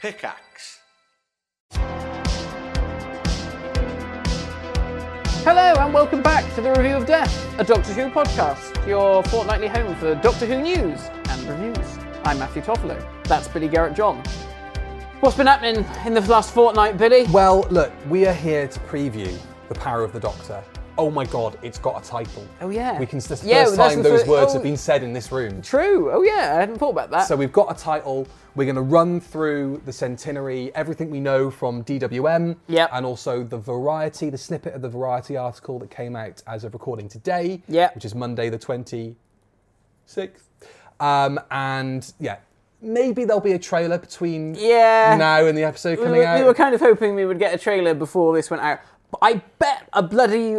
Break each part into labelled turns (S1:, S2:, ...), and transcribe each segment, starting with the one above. S1: Pickaxe.
S2: Hello and welcome back to the Review of Death, a Doctor Who podcast, your fortnightly home for Doctor Who news and reviews. I'm Matthew Toffolo. That's Billy Garrett John. What's been happening in the last fortnight, Billy?
S3: Well, look, we are here to preview The Power of the Doctor. Oh my god, it's got a title.
S2: Oh, yeah.
S3: We can this is the
S2: Yeah,
S3: first
S2: that's
S3: time
S2: the
S3: those
S2: fir-
S3: words
S2: oh.
S3: have been said in this room.
S2: True. Oh yeah, I hadn't thought about that.
S3: So we've got a title. We're going to run through the centenary, everything we know from DWM,
S2: Yep.
S3: and also the variety, the snippet of the variety article that came out as of recording today,
S2: Yep.
S3: which is Monday the 26th. Um, and yeah, maybe there'll be a trailer between
S2: Yeah.
S3: now and the episode
S2: we,
S3: coming
S2: were-
S3: out.
S2: we were kind of hoping we would get a trailer before this went out. But I bet a bloody,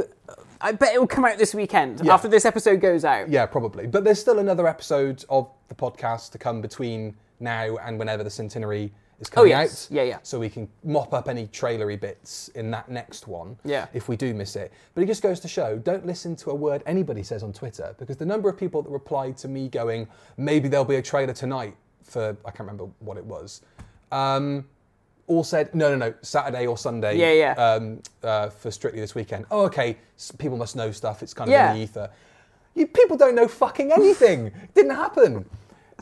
S2: I bet it will come out this weekend
S3: Yeah.
S2: after this episode goes out.
S3: Yeah, probably. But there's still another episode of the podcast to come between now and whenever the centenary is coming
S2: Oh, yes.
S3: out.
S2: Yeah, yeah.
S3: So we can mop up any trailery bits in that next one.
S2: Yeah.
S3: If we do miss it. But it just goes to show, don't listen to a word anybody says on Twitter, because the number of people that replied to me going, maybe there'll be a trailer tonight for I can't remember what it was. Um all said, no, no, no, Saturday or Sunday.
S2: Yeah, yeah.
S3: Um, uh, for strictly this weekend. Oh, okay. s- People must know stuff. It's kind of
S2: Yeah.
S3: in the ether. You people don't know fucking anything. Didn't happen.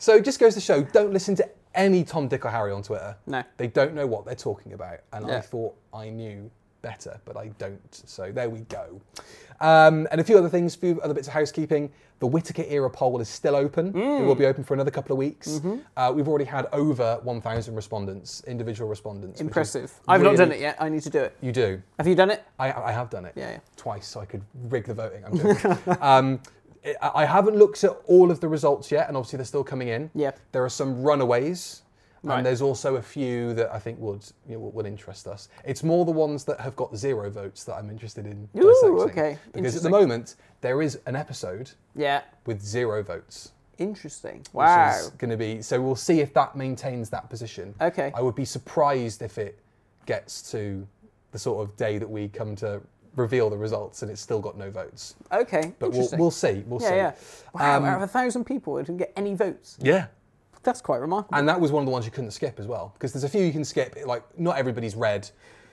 S3: So it just goes to show, don't listen to any Tom, Dick, or Harry on Twitter.
S2: No.
S3: They don't know what they're talking about. And
S2: Yeah.
S3: I thought I knew better, but I don't. So there we go. Um, and a few other things, a few other bits of housekeeping. The Whitaker era poll is still open. It
S2: Mm.
S3: will be open for another couple of weeks.
S2: Mm-hmm.
S3: Uh, we've already had over 1,000 respondents, individual respondents. which is
S2: Impressive. I've not done
S3: really-
S2: it yet. I need to do it.
S3: You do.
S2: Have you done it?
S3: I, I have done it.
S2: Yeah, yeah.
S3: Twice, so I could rig the voting. I'm joking. um, I I haven't looked at all of the results yet, and obviously they're still coming in.
S2: Yeah.
S3: There are some runaways,
S2: Right.
S3: and there's also a few that I think would you know, would interest us. It's more the ones that have got zero votes that I'm interested in
S2: Ooh,
S3: dissecting.
S2: okay.
S3: Because at the
S2: Interesting.
S3: moment there is an episode
S2: Yeah.
S3: with zero votes.
S2: Interesting.
S3: which
S2: Wow.
S3: is Going to be so. We'll see if that maintains that position.
S2: Okay.
S3: I would be surprised if it gets to the sort of day that we come to reveal the results and it's still got no votes.
S2: Okay.
S3: But we'll,
S2: Interesting.
S3: we'll see. We'll see.
S2: yeah, yeah. Wow,
S3: Um,
S2: out of a thousand people, it didn't get any votes.
S3: Yeah.
S2: That's quite remarkable.
S3: And that was one of the ones you couldn't skip as well, because there's a few you can skip. Like not everybody's read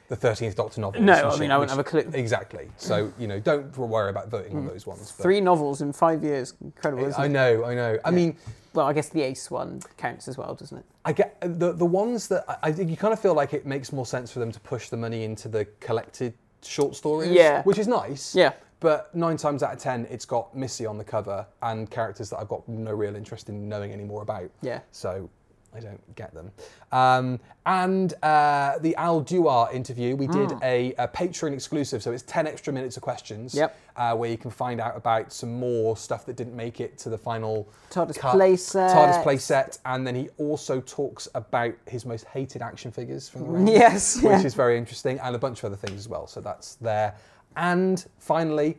S3: the Thirteenth Doctor novel.
S2: No, I mean, I wouldn't have a clue. Mm.
S3: Exactly. So you know, don't worry about voting on those ones. but-
S2: Three novels in five years. Incredible, isn't
S3: I
S2: it?
S3: know. I know. I mean.
S2: Well, I guess the Ace one counts as well, doesn't it?
S3: I get the the ones that I- I think you kind of feel like it makes more sense for them to push the money into the collected short stories,
S2: Yeah.
S3: which is nice.
S2: Yeah.
S3: But nine times out of ten, it's got Missy on the cover and characters that I've got no real interest in knowing any more about.
S2: Yeah.
S3: So I don't get them. Um, and uh, the Al Duar interview, we did a, a Patreon exclusive, so it's 10 extra minutes of questions
S2: Yep.
S3: uh, where you can find out about some more stuff that didn't make it to the final
S2: TARDIS
S3: cut.
S2: playset.
S3: TARDIS playset, and then he also talks about his most hated action figures from the range,
S2: Yes,
S3: which
S2: yeah.
S3: is very interesting, and a bunch of other things as well. So that's there. And finally,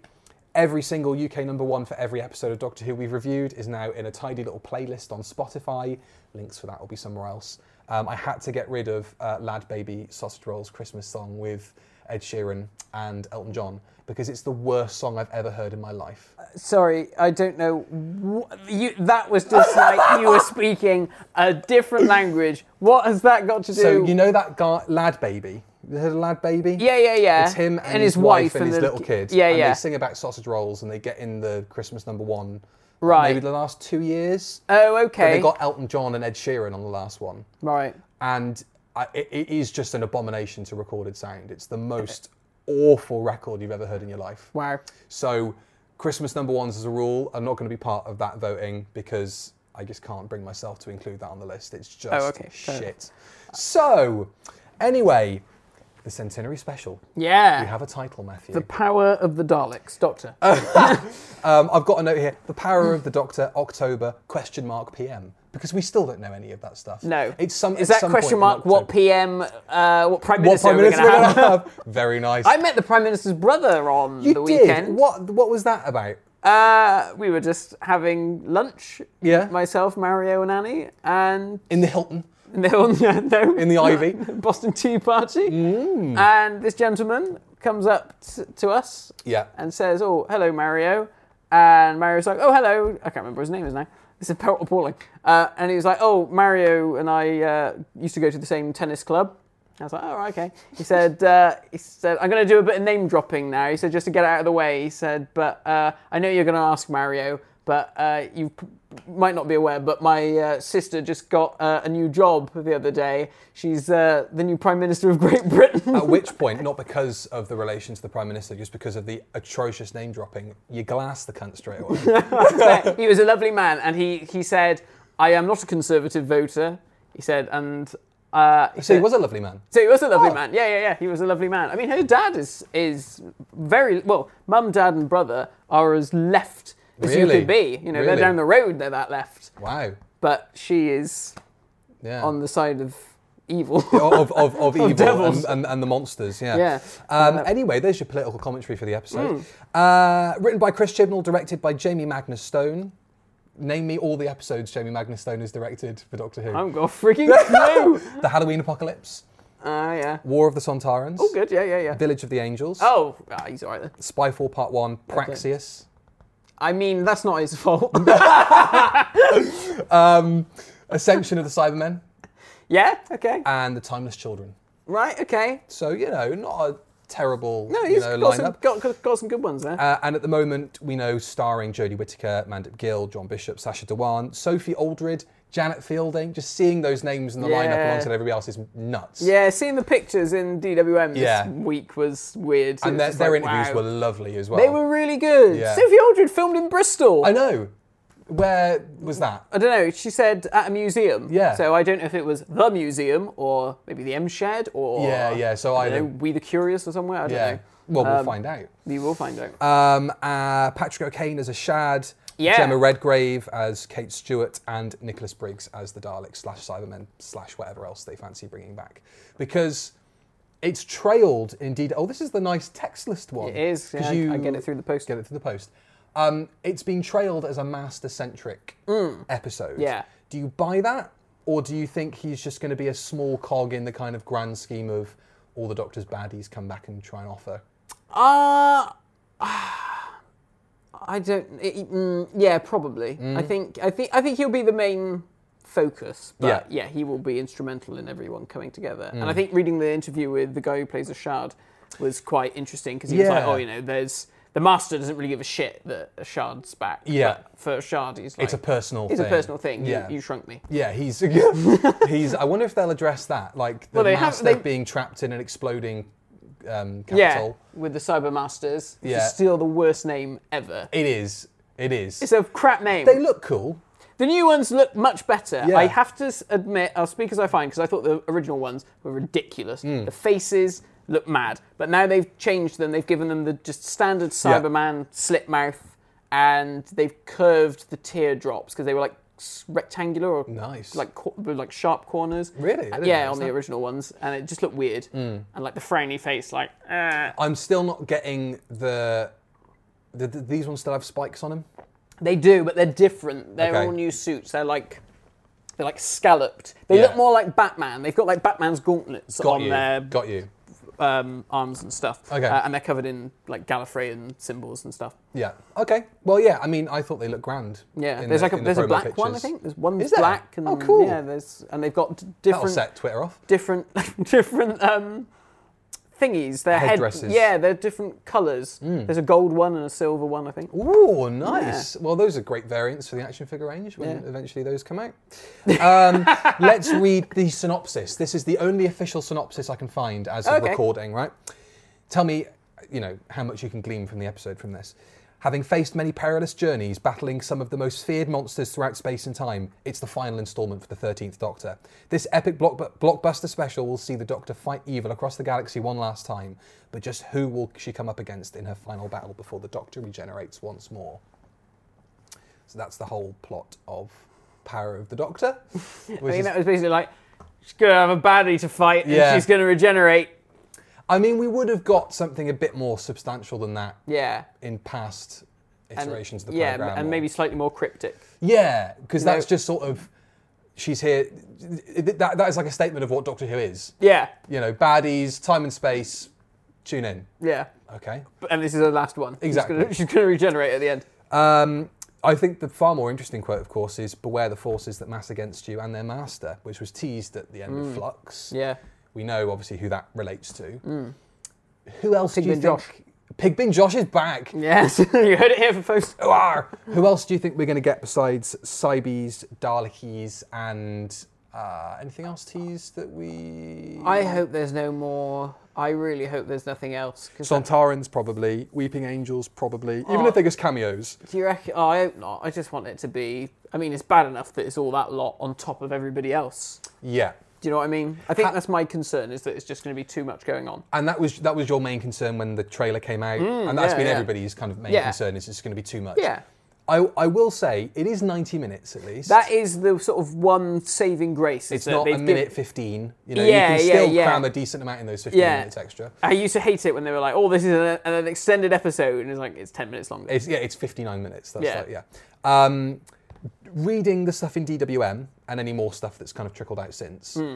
S3: every single UK number one for every episode of Doctor Who we've reviewed is now in a tidy little playlist on Spotify. Links for that will be somewhere else. Um, I had to get rid of uh, Lad Baby Sausage Roll's Christmas song with Ed Sheeran and Elton John because it's the worst song I've ever heard in my life.
S2: Sorry, I don't know. wh- you, that was just like you were speaking a different language. What has that got to do?
S3: So you know that guy, Lad Baby. You heard of Lad Baby?
S2: yeah, yeah, yeah.
S3: It's him and, his, wife and, his
S2: the-
S3: little kid.
S2: Yeah,
S3: and
S2: yeah.
S3: They sing about sausage rolls and they get in the Christmas number one.
S2: Right.
S3: Maybe the last two years.
S2: oh,
S3: But
S2: okay.
S3: they got Elton John and Ed Sheeran on the last one,
S2: right.
S3: and I, it, it is just an abomination to recorded sound. It's the most awful record you've ever heard in your life.
S2: Wow.
S3: So Christmas number ones, as a rule, are not going to be part of that voting because I just can't bring myself to include that on the list. It's just
S2: Oh, okay, fair enough.
S3: shit. So, anyway, the centenary special.
S2: Yeah.
S3: We have a title, Matthew.
S2: Uh, the power of the Daleks, Doctor.
S3: um, I've got a note here: the power of the Doctor, October question mark PM, because we still don't know any of that stuff.
S2: no.
S3: it's some.
S2: Is
S3: at
S2: that
S3: some
S2: question
S3: point in
S2: mark what
S3: October.
S2: PM, uh, what Prime
S3: What
S2: Minister are
S3: prime minister
S2: we
S3: we're
S2: going to
S3: gonna
S2: have?
S3: have? Very nice.
S2: I met the Prime Minister's brother on
S3: you
S2: the
S3: did.
S2: weekend.
S3: What? What was that about?
S2: Uh, we were just having lunch.
S3: Yeah.
S2: Myself, Mario, and Annie, and
S3: In the Hilton,
S2: no, no, no.
S3: in the Ivy. Mm.
S2: Boston Tea Party. And this gentleman comes up t- to us
S3: Yeah.
S2: and says, Oh, hello, Mario. And Mario's like, Oh, hello. I can't remember his name is now. This is appall- appalling. Uh, and he was like, "Oh, Mario and I uh, used to go to the same tennis club." I was like, "Oh, right, okay." He said, uh, "He said I'm going to do a bit of name dropping now." He said, "Just to get it out of the way." He said, "But uh, I know you're going to ask Mario, but uh, you p- might not be aware, but my uh, sister just got uh, a new job the other day. She's uh, the new Prime Minister of Great Britain."
S3: At which point, not because of the relation to the Prime Minister, just because of the atrocious name dropping, you glass the cunt straight away.
S2: But he was a lovely man, and he, he said, "I am not a conservative voter." He said, and uh, he
S3: so he
S2: said,
S3: was a lovely man.
S2: so he was a lovely
S3: Oh.
S2: man. Yeah, yeah, yeah. He was a lovely man. I mean, her dad is is very well. Mum, dad, and brother are as left as you
S3: Really?
S2: could be. You know, they're
S3: Really?
S2: down the road. They're that left,
S3: Wow.
S2: but she is
S3: Yeah.
S2: on the side of evil.
S3: of, of, of evil
S2: devils.
S3: and, and, and the monsters, yeah.
S2: Yeah. Mm.
S3: Um, Anyway, there's your political commentary for the episode. Uh, written by Chris Chibnall, directed by Jamie Magnus Stone. Name me all the episodes Jamie Magnus Stone has directed for Doctor Who.
S2: I'm gonna Oh, freaking no.
S3: the Halloween Apocalypse,
S2: Ah, yeah.
S3: War of the Sontarans,
S2: Oh, good. Yeah, yeah, yeah.
S3: Village of the Angels,
S2: Oh, ah, he's alright then.
S3: Spyfall Part 1, Praxius.
S2: I mean, that's not his fault.
S3: um, Ascension of the Cybermen,
S2: yeah. Okay.
S3: and The Timeless Children.
S2: Right. Okay.
S3: So, you know, not a terrible
S2: No,
S3: you
S2: he's
S3: know,
S2: got,
S3: lineup.
S2: some, got, got, got some good ones there.
S3: Uh, and at the moment, we know starring Jodie Whittaker, Mandip Gill, John Bishop, Sasha Dewan, Sophie Aldred, Janet Fielding. Just seeing those names in the lineup
S2: Yeah.
S3: alongside everybody else is nuts.
S2: yeah, seeing the pictures in DWM
S3: Yeah.
S2: this week was weird. It was
S3: and their,
S2: just
S3: their
S2: like,
S3: interviews
S2: wow.
S3: were lovely as well.
S2: They were really good.
S3: Yeah.
S2: Sophie Aldred filmed in Bristol.
S3: I
S2: I,
S3: know. Where was that?
S2: don't know. She said at a museum.
S3: Yeah.
S2: So I don't know if it was the museum or maybe the M Shed or
S3: Yeah, yeah, so
S2: I don't
S3: either.
S2: know We the Curious or somewhere. I don't
S3: Yeah.
S2: know.
S3: Well, we'll
S2: Um,
S3: find out.
S2: You will find out.
S3: Um, uh, Patrick O'Kane as a Shad.
S2: Yeah.
S3: Gemma Redgrave as Kate Stewart and Nicholas Briggs as the Daleks slash Cybermen slash whatever else they fancy bringing back. Because it's trailed indeed. Oh, this is the nice text list one.
S2: it is. Yeah,
S3: 'Cause
S2: I-
S3: you
S2: I get it through the post.
S3: get it through the post. Um, it's been trailed as a master centric episode.
S2: Mm. Yeah.
S3: Do you buy that? Or do you think he's just going to be a small cog in the kind of grand scheme of all the Doctor's baddies come back and try and offer?
S2: Uh, I don't. It, mm, yeah, probably.
S3: Mm.
S2: I think. I think. I think he'll be the main focus. But yeah, he will be instrumental in everyone coming together.
S3: Mm.
S2: And I think reading the interview with the guy who plays a shard was quite interesting because he was like,
S3: Yeah.
S2: "Oh, you know, there's the master doesn't really give a shit that a shard's back.
S3: Yeah.
S2: but for a shard, he's like,
S3: It's a personal
S2: it's
S3: thing.
S2: a personal thing.
S3: Yeah.
S2: You, you shrunk me.
S3: Yeah, he's he's. I wonder if they'll address that, like the
S2: Well, they have-
S3: master
S2: they-
S3: being trapped in an exploding um,
S2: Yeah,
S3: capital.
S2: with the cyber masters. Which is
S3: Yeah.
S2: still the worst name ever.
S3: It is. It is.
S2: It's a crap name.
S3: they look cool.
S2: The new ones look much better.
S3: Yeah.
S2: I have to s- admit, I'll speak as I find, because I thought the original ones were ridiculous.
S3: Hmm.
S2: The faces look mad, but now they've changed them. They've given them the just standard
S3: Yeah.
S2: Cyberman slit mouth, and they've curved the teardrops because they were like s- rectangular or
S3: Nice.
S2: like cor- with, like sharp corners.
S3: Really? I didn't
S2: Yeah,
S3: notice
S2: on the
S3: that. Hmm.
S2: original ones, and it just looked weird. And like the frowny face, like. "Ah."
S3: I'm still not getting the. the, the these ones still have spikes on them.
S2: They do, but they're different. They're
S3: Okay.
S2: all new suits. They're like they're like scalloped. They look
S3: Yeah.
S2: more like Batman. They've got like Batman's gauntlets
S3: Got
S2: on
S3: you.
S2: their
S3: Got you.
S2: um, arms and stuff.
S3: Okay.
S2: Uh, and they're covered in like Gallifreyan symbols and stuff.
S3: Yeah. Okay. Well, yeah. I mean, I thought they looked grand.
S2: Yeah.
S3: in
S2: there's
S3: the-
S2: like a
S3: in the
S2: there's a
S3: promo
S2: black one, I
S3: pictures.
S2: think. There's one
S3: Is there?
S2: black and
S3: Oh, cool.
S2: yeah, there's and they've got d-
S3: That'll
S2: different
S3: set Twitter off.
S2: different different um, thingies. Their head
S3: Headdresses. Hmm.
S2: Yeah, they're different colours. There's a gold one and a silver one, I think.
S3: Ooh, nice. Well, those are great variants for the action figure range when
S2: Yeah.
S3: eventually those come out. Um, let's read the synopsis. This is the only official synopsis I can find as of
S2: Okay.
S3: recording, right? Tell me, you know, how much you can glean from the episode from this. Having faced many perilous journeys, battling some of the most feared monsters throughout space and time, it's the final installment for the 13th Doctor. This epic block- blockbuster special will see the Doctor fight evil across the galaxy one last time, but just who will she come up against in her final battle before the Doctor regenerates once more? So that's the whole plot of Power of the Doctor. which
S2: I
S3: is-
S2: mean that was basically like she's gonna have a baddie to fight
S3: Yeah.
S2: and she's gonna regenerate.
S3: I mean, we would have got something a bit more substantial than that
S2: Yeah.
S3: in past
S2: and-
S3: iterations of the
S2: yeah, m-
S3: program.
S2: and maybe slightly more cryptic.
S3: yeah, because
S2: No.
S3: that's just sort of she's here. That, that is like a statement of what Doctor Who is.
S2: Yeah,
S3: You know, baddies, time and space. Tune in.
S2: yeah.
S3: Okay.
S2: But- And this is the last one. She's
S3: Exactly.
S2: gonna- She's going to regenerate at the end.
S3: Um, I think the far more interesting quote, of course, is "Beware the forces that mass against you and their master," which was teased at the end of Flux.
S2: Mm. Yeah. Mm.
S3: We know obviously who that relates to. Who else do you
S2: Pigbin
S3: think?
S2: Josh.
S3: Pigbin Josh is back.
S2: Yes. you heard it here for first.
S3: Arr! Who else do you think we're going to get besides Cybes, Dalekis, and uh, anything else teased that we?
S2: I hope there's no more. I really hope there's nothing else. 'cause that-
S3: Sontarans probably, Weeping Angels probably, even
S2: Oh.
S3: if they're just cameos.
S2: do you reckon? Oh, I hope not. I just want it to be. I mean, it's bad enough that it's all that lot on top of everybody else.
S3: Yeah.
S2: Do you know what I mean? I think
S3: Ha-
S2: that's my concern is that it's just going to be too much going on.
S3: And that was that was your main concern when the trailer came out, and that's
S2: Mm, yeah,
S3: been
S2: yeah.
S3: everybody's kind of main
S2: Yeah.
S3: concern is it's going to be too much.
S2: Yeah.
S3: I, I will say it is 90 minutes at least.
S2: That is the sort of one saving grace. is
S3: it's
S2: that
S3: not a
S2: they've
S3: minute
S2: given-
S3: 15. You know,
S2: Yeah,
S3: you can
S2: yeah,
S3: still
S2: yeah.
S3: cram a decent amount in those 15
S2: Yeah.
S3: minutes extra.
S2: I used to hate it when they were like, "Oh, this is an, an extended episode," and it's like it's ten minutes longer.
S3: It's, yeah, it's 59 minutes. That's
S2: Yeah.
S3: like, yeah. Um, reading the stuff in DWM and any more stuff that's kind of trickled out since,
S2: Hmm.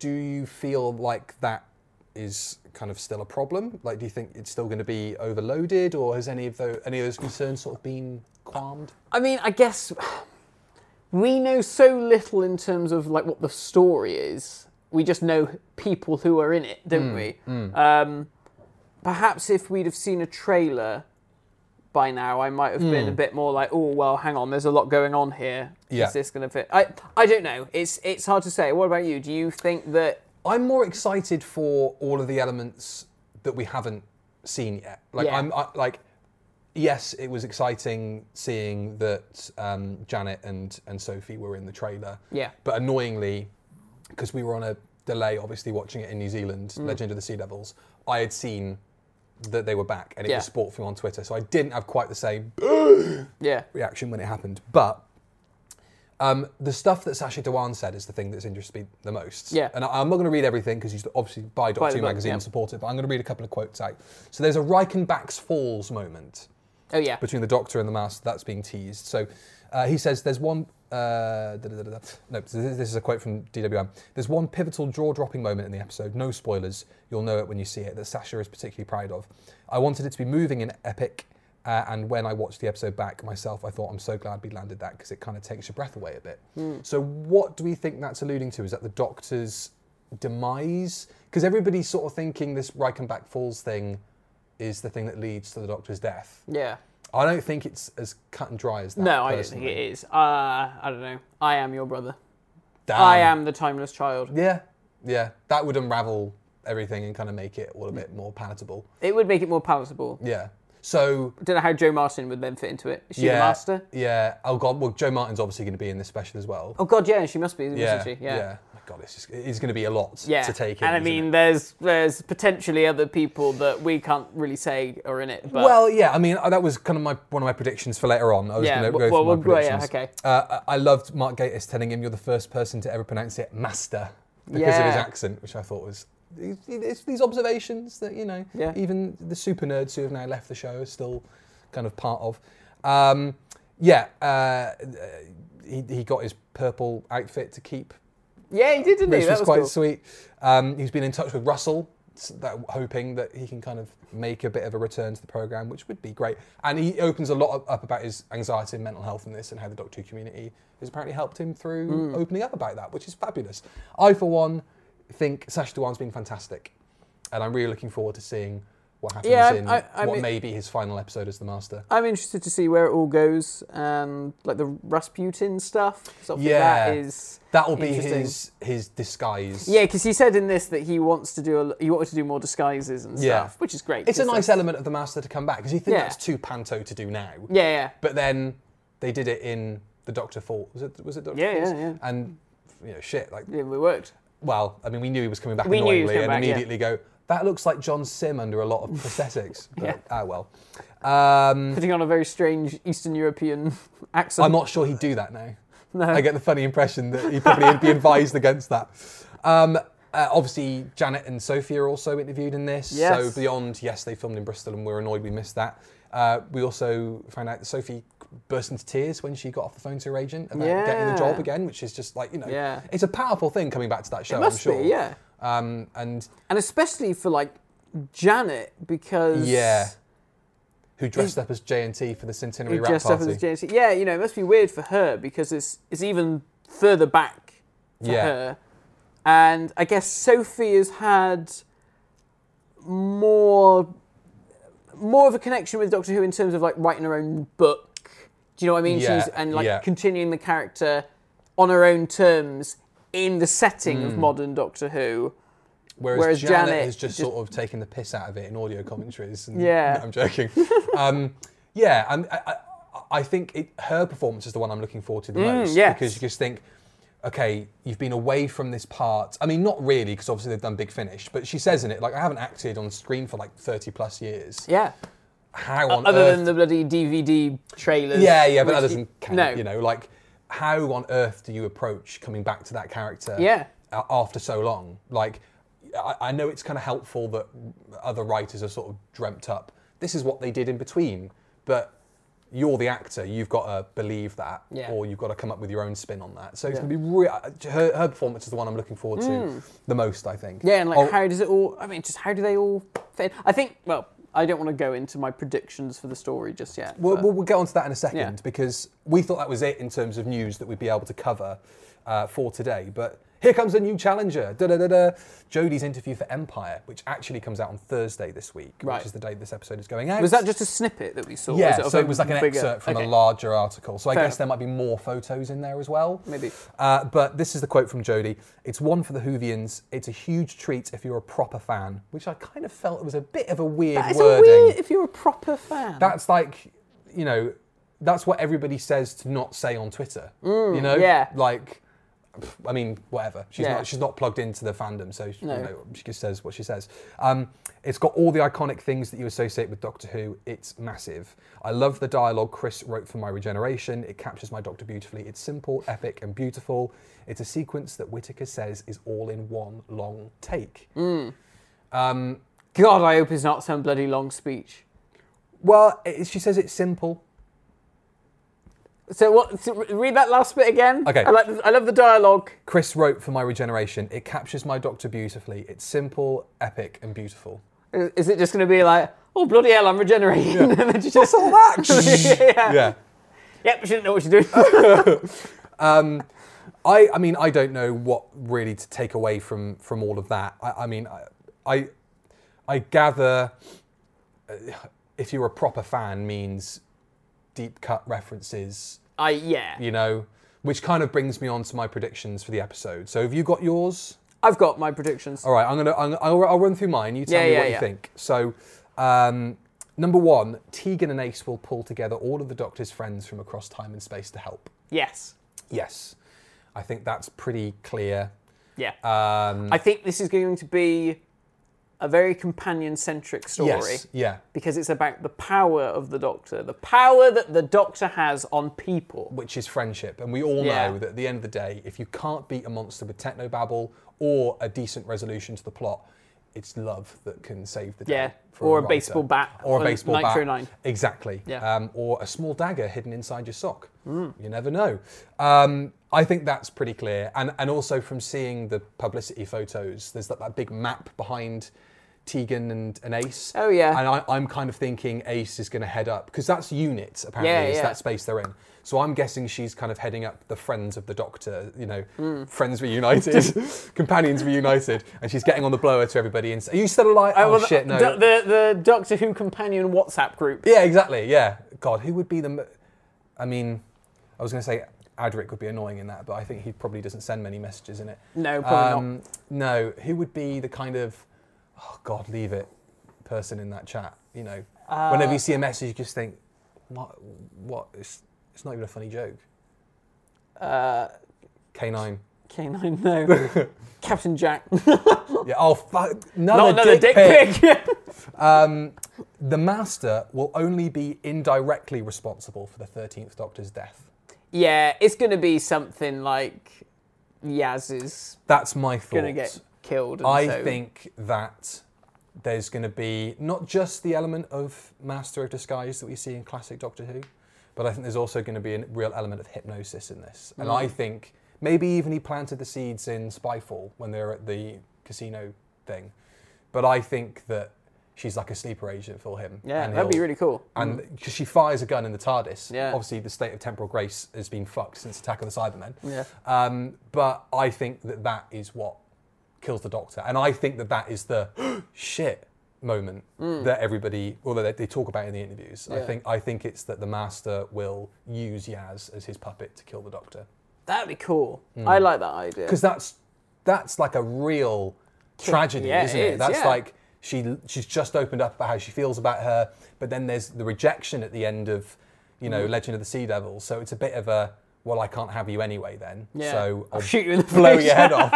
S3: do you feel like that is kind of still a problem? Like, do you think it's still going to be overloaded, or has any of those any of those concerns sort of been qualmed?
S2: I mean, I guess we know so little in terms of like what the story is. We just know people who are in it,
S3: Mm,
S2: don't we? Um, perhaps if we'd have seen a trailer by now, I might have been a bit more like, "Oh, well, hang on, there's a lot going on here. Is
S3: Mm. Yeah.
S2: this going to fit?" I I don't know. It's it's hard to say. What about you? Do you think that?
S3: I'm more excited for all of the elements that we haven't seen yet. Like
S2: Yeah.
S3: I'm I, like, yes, it was exciting seeing that um, Janet and and Sophie were in the trailer.
S2: Yeah.
S3: But annoyingly, because we were on a delay, obviously watching it in New Zealand,
S2: Mm.
S3: Legend of the Sea Devils, I had seen that they were back, and it
S2: Yeah.
S3: was sport from on Twitter, so I didn't have quite the same
S2: Yeah.
S3: reaction when it happened. But um, the stuff that Sasha Dewan said is the thing that's interested me the most.
S2: Yeah.
S3: And I, am not going to read everything because he's obviously
S2: By
S3: by Doctor
S2: the
S3: Who
S2: book,
S3: magazine
S2: yeah.
S3: and supported, but I'm going to read a couple of quotes out. So there's a Reichenbach's Falls moment
S2: Oh yeah.
S3: between the Doctor and the Master that's being teased. So uh, he says there's one. Uh, da, da, da, da, da. No, this, this is a quote from DWM. There's one pivotal jaw-dropping moment in the episode. No spoilers. You'll know it when you see it. That Sasha is particularly proud of. I wanted it to be moving and epic. Uh, and when I watched the episode back myself, I thought I'm so glad we landed that because it kind of takes your breath away a bit. So what do we think that's alluding to? Is that the Doctor's demise? Because everybody's sort of thinking this Reichenbach Falls thing is the thing that leads to the Doctor's death.
S2: Yeah.
S3: I don't think it's as cut and dry as that.
S2: No, I don't think it is. Uh, I don't know. I am your brother. I
S3: Ah.
S2: am the timeless child.
S3: Yeah, yeah. That would unravel everything and kind of make it all a bit more palatable.
S2: It would make it more palatable.
S3: Yeah. So
S2: don't know how Joe Martin would then fit into it. Is she
S3: yeah,
S2: the master?
S3: Yeah. Oh God. Well, Joe Martin's obviously going to be in this special as well.
S2: Oh God, yeah, she must be, isn't
S3: yeah,
S2: she? Yeah. yeah.
S3: My God, it's just, it's going to be a lot to take in.
S2: and I
S3: isn't
S2: mean,
S3: it?
S2: there's there's potentially other people that we can't really say are in it. But
S3: well, yeah. I mean, uh, that was kind of my one of my predictions for later on. I was
S2: Yeah,
S3: going to
S2: w-
S3: go
S2: well,
S3: through my
S2: well, yeah,
S3: predictions.
S2: okay.
S3: Uh, I I loved Mark Gatiss telling him you're the first person to ever pronounce it master because of his
S2: Yeah.
S3: accent, which I thought was. It's these observations that you know,
S2: Yeah.
S3: even the super nerds who have now left the show are still kind of part of. Um, yeah, uh, he, he got his purple outfit to keep
S2: yeah, he did, didn't he?
S3: which
S2: That
S3: was
S2: was
S3: quite
S2: cool.
S3: sweet. Um, he's been in touch with Russell, s- that, hoping that he can kind of make a bit of a return to the program, which would be great. And he opens a lot up- up about his anxiety and mental health in this, and how the Doctor Who community has apparently helped him through
S2: Mm.
S3: opening up about that, which is fabulous. I, for one, think Sasha Dewan's been fantastic, and I'm really looking forward to seeing what happens
S2: Yeah,
S3: in
S2: I- I
S3: what
S2: mean-
S3: may be his final episode as the Master.
S2: I'm interested to see where it all goes and like the Rasputin stuff. 'cause obviously that
S3: Yeah.
S2: is
S3: That will be
S2: Interesting.
S3: his his disguise.
S2: yeah, because he said in this that he wants to do a, he wanted to do more disguises and
S3: Yeah.
S2: stuff, which is great.
S3: It's a
S2: 'cause
S3: nice element of the Master to come back because you think
S2: Yeah.
S3: that's too panto to do now.
S2: that's- Yeah, yeah.
S3: But then they did it in the Doctor Fall. Was it? Was it Doctor
S2: Yeah, yeah,
S3: Falls?
S2: yeah.
S3: And you know, shit. Like,
S2: Yeah, it worked.
S3: well, I mean, we knew he was coming back
S2: We knew he was
S3: annoyingly,
S2: coming
S3: and
S2: back, yeah.
S3: immediately go. That looks like John Sim under a lot of prosthetics. But,
S2: Yeah.
S3: Ah well. Um,
S2: Putting on a very strange Eastern European accent.
S3: I'm not sure he'd do that now.
S2: No.
S3: I get the funny impression that he probably would be advised against that. Um, uh, obviously, Janet and Sophie are also interviewed in this.
S2: Yes.
S3: So beyond, yes, they filmed in Bristol, and we're annoyed we missed that. Uh, we also found out that Sophie burst into tears when she got off the phone to her agent about getting
S2: Yeah.
S3: the job again, which is just like you know,
S2: Yeah.
S3: it's a powerful thing coming back to that show.
S2: must
S3: I'm
S2: be,
S3: sure.
S2: yeah.
S3: Um, and
S2: and especially for like Janet because
S3: Yeah. who dressed up as J and T for the centenary
S2: Who
S3: rap
S2: dressed
S3: party.
S2: up as JC. Yeah, you know, it must be weird for her because it's it's even further back for
S3: Yeah.
S2: her. And I guess Sophie has had more more of a connection with Doctor Who in terms of like writing her own book. Do you know what I mean?
S3: Yeah,
S2: She's and like
S3: yeah.
S2: continuing the character on her own terms in the setting
S3: Hmm.
S2: of modern Doctor Who.
S3: Whereas,
S2: Whereas
S3: Janet,
S2: Janet
S3: is just,
S2: just-
S3: sort of taking the piss out of it in audio commentaries. And,
S2: Yeah.
S3: No, I'm joking. um, yeah, I'm, I, I, I think it, her performance is the one I'm looking forward to the most
S2: Mm, yes.
S3: because you just think, okay, you've been away from this part. I mean, not really, because obviously they've done Big Finish, but she says in it, like, I haven't acted on screen for like 30 plus years.
S2: Yeah.
S3: How on
S2: Other
S3: earth?
S2: than the bloody DVD trailers.
S3: yeah, yeah, but that
S2: which-
S3: doesn't count.
S2: No.
S3: You know, like, how on earth do you approach coming back to that character?
S2: Yeah.
S3: a- after so long. Like, I, I know it's kind of helpful that other writers are sort of dreamt up. This is what they did in between, but you're the actor. You've got to believe that,
S2: Yeah.
S3: or you've got to come up with your own spin on that. So it's going to be real. Her, her performance is the one I'm looking forward to the most. I think.
S2: Mm.
S3: Oh,
S2: Yeah, and like
S3: Or-
S2: how does it all? I mean, just how do they all fit? I think. Well, I don't want to go into my predictions for the story just yet.
S3: We'll,
S2: but-
S3: we'll, we'll get onto that in a second
S2: Yeah.
S3: because we thought that was it in terms of news that we'd be able to cover uh, for today. But here comes a new challenger. Da da da da. Jodie's interview for Empire, which actually comes out on Thursday this week,
S2: Right.
S3: which is the day this episode is going out.
S2: was that just a snippet that we saw?
S3: Yeah,
S2: Was
S3: so
S2: of
S3: it
S2: a
S3: was like an
S2: bigger-
S3: excerpt from
S2: okay,
S3: a larger article. So I
S2: Fair
S3: guess
S2: enough.
S3: there might be more photos in there as well.
S2: Maybe.
S3: Uh, but this is the quote from Jodie. It's one for the Whovians. It's a huge treat if you're a proper fan, which I kind of felt was a bit of a weird
S2: It's a
S3: wording
S2: weird if you're a proper fan.
S3: that's like you know that's what everybody says to not say on twitter you know
S2: Mm, yeah.
S3: like pff, i mean whatever she's
S2: Yeah.
S3: not she's not plugged into the fandom so she,
S2: No.
S3: you know, she just says what she says um, it's got all the iconic things that you associate with doctor who it's massive i love the dialogue chris wrote for my regeneration it captures my doctor beautifully it's simple epic and beautiful it's a sequence that whitaker says is all in one long take
S2: Mm.
S3: um,
S2: God, I hope it's not some bloody long speech.
S3: well it, she says it's simple
S2: So what? So re- read that last bit again.
S3: Okay.
S2: I like. The, I love the dialogue.
S3: Chris wrote for my regeneration. It captures my doctor beautifully. It's simple, epic, and beautiful.
S2: I- Uh, Is it just going to be like, oh bloody hell, I'm regenerating? and then you just
S3: all that.
S2: Yeah.
S3: yeah.
S2: Yep, she didn't know what she's doing.
S3: Um, I, I mean, I don't know what really to take away from from all of that. I, I mean, I, I, I gather uh, if you're a proper fan means deep cut references.
S2: I yeah.
S3: You know, which kind of brings me on to my predictions for the episode. So, have you got yours?
S2: I've got my predictions.
S3: All right, I'm gonna I'm, I'll, I'll run through mine. You tell
S2: Yeah,
S3: me
S2: yeah,
S3: what you
S2: yeah.
S3: think. So, um, number one, Tegan and Ace will pull together all of the Doctor's friends from across time and space to help.
S2: Yes.
S3: Yes, I think that's pretty clear.
S2: Yeah.
S3: Um,
S2: I think this is going to be a very companion centric story
S3: yes, yeah,
S2: because it's about the power of the doctor, the power that the doctor has on people.
S3: which is friendship, and we all
S2: Yeah.
S3: know that at the end of the day, if you can't beat a monster with technobabble or a decent resolution to the plot. It's love that can save the day.
S2: Yeah,
S3: for
S2: or a
S3: writer.
S2: baseball bat
S3: Or a
S2: on
S3: baseball
S2: Nitro
S3: bat.
S2: Nine.
S3: Exactly.
S2: Yeah. Mm.
S3: Um, or a small dagger hidden inside your sock. You never know. Um, I think that's pretty clear. And, and also from seeing the publicity photos, there's that, that big map behind Tegan and, and Ace.
S2: Oh, yeah.
S3: And I, I'm kind of thinking Ace is going to head up, because that's units, apparently,
S2: Yeah,
S3: is
S2: yeah.
S3: that space they're in. So I'm guessing she's kind of heading up the Friends of the Doctor, you know,
S2: Hmm.
S3: Friends Reunited, Companions Reunited, and she's getting on the blower to everybody. And s- Are you still alive? Oh,
S2: Uh, Well, the-
S3: shit, no.
S2: The, the, the Doctor Who companion WhatsApp group.
S3: Yeah, exactly. Yeah. God, who would be the. m- I mean, I was going to say Adric would be annoying in that, but I think he probably doesn't send many messages in it.
S2: No, probably
S3: not. Um, No, who would be the kind of, oh God, leave it person in that chat? You know, whenever you see
S2: Uh,
S3: a message, you just think, what? what? It's, it's not even a funny joke. Uh, K9.
S2: K9, no. Captain Jack.
S3: Yeah. Oh, fuck. Another,
S2: Not another dick, pic.
S3: Um, the Master will only be indirectly responsible for the 13th Doctor's death.
S2: yeah, it's going to be something like Yaz is
S3: That's my thought.
S2: going to get killed. and
S3: I
S2: so-
S3: think that there's going to be not just the element of Master of Disguise that we see in classic Doctor Who, but I think there's also going to be a real element of hypnosis in this. And
S2: Mm.
S3: I think maybe even he planted the seeds in Spyfall when they were at the casino thing. But I think that she's like a sleeper agent for him.
S2: Yeah,
S3: and
S2: that'd be
S3: he'll-
S2: really cool.
S3: and because she fires a gun in the TARDIS.
S2: Yeah.
S3: Obviously, the state of temporal grace has been fucked since Attack of the Cybermen.
S2: Yeah.
S3: Um, but I think that that is what kills the Doctor, and I think that that is the shit moment that everybody, or that they talk about in the interviews. I
S2: Mm. Yeah.
S3: think I think it's that the Master will use Yaz as his puppet to kill the Doctor,
S2: That'd be cool.
S3: Hmm.
S2: I like that idea.
S3: because that's that's like a real tragedy,
S2: Yeah, it
S3: isn't it?
S2: is,
S3: That's
S2: yeah.
S3: like. She, she's just opened up about how she feels about her, but then there's the rejection at the end of, you
S2: Mm.
S3: know, Legend of the Sea Devil. So it's a bit of a, well, I can't have you anyway then.
S2: yeah.
S3: So um,
S2: I'll
S3: I'll
S2: shoot you in the
S3: blow
S2: face.
S3: your head off.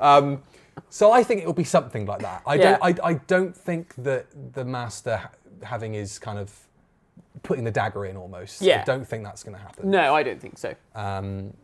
S3: um, so I think it'll be something like that. I
S2: Yeah.
S3: don't. I, I don't think that the master ha- having his kind of putting the dagger in almost.
S2: Yeah.
S3: I don't think that's going to happen.
S2: No, I don't think so.
S3: Um,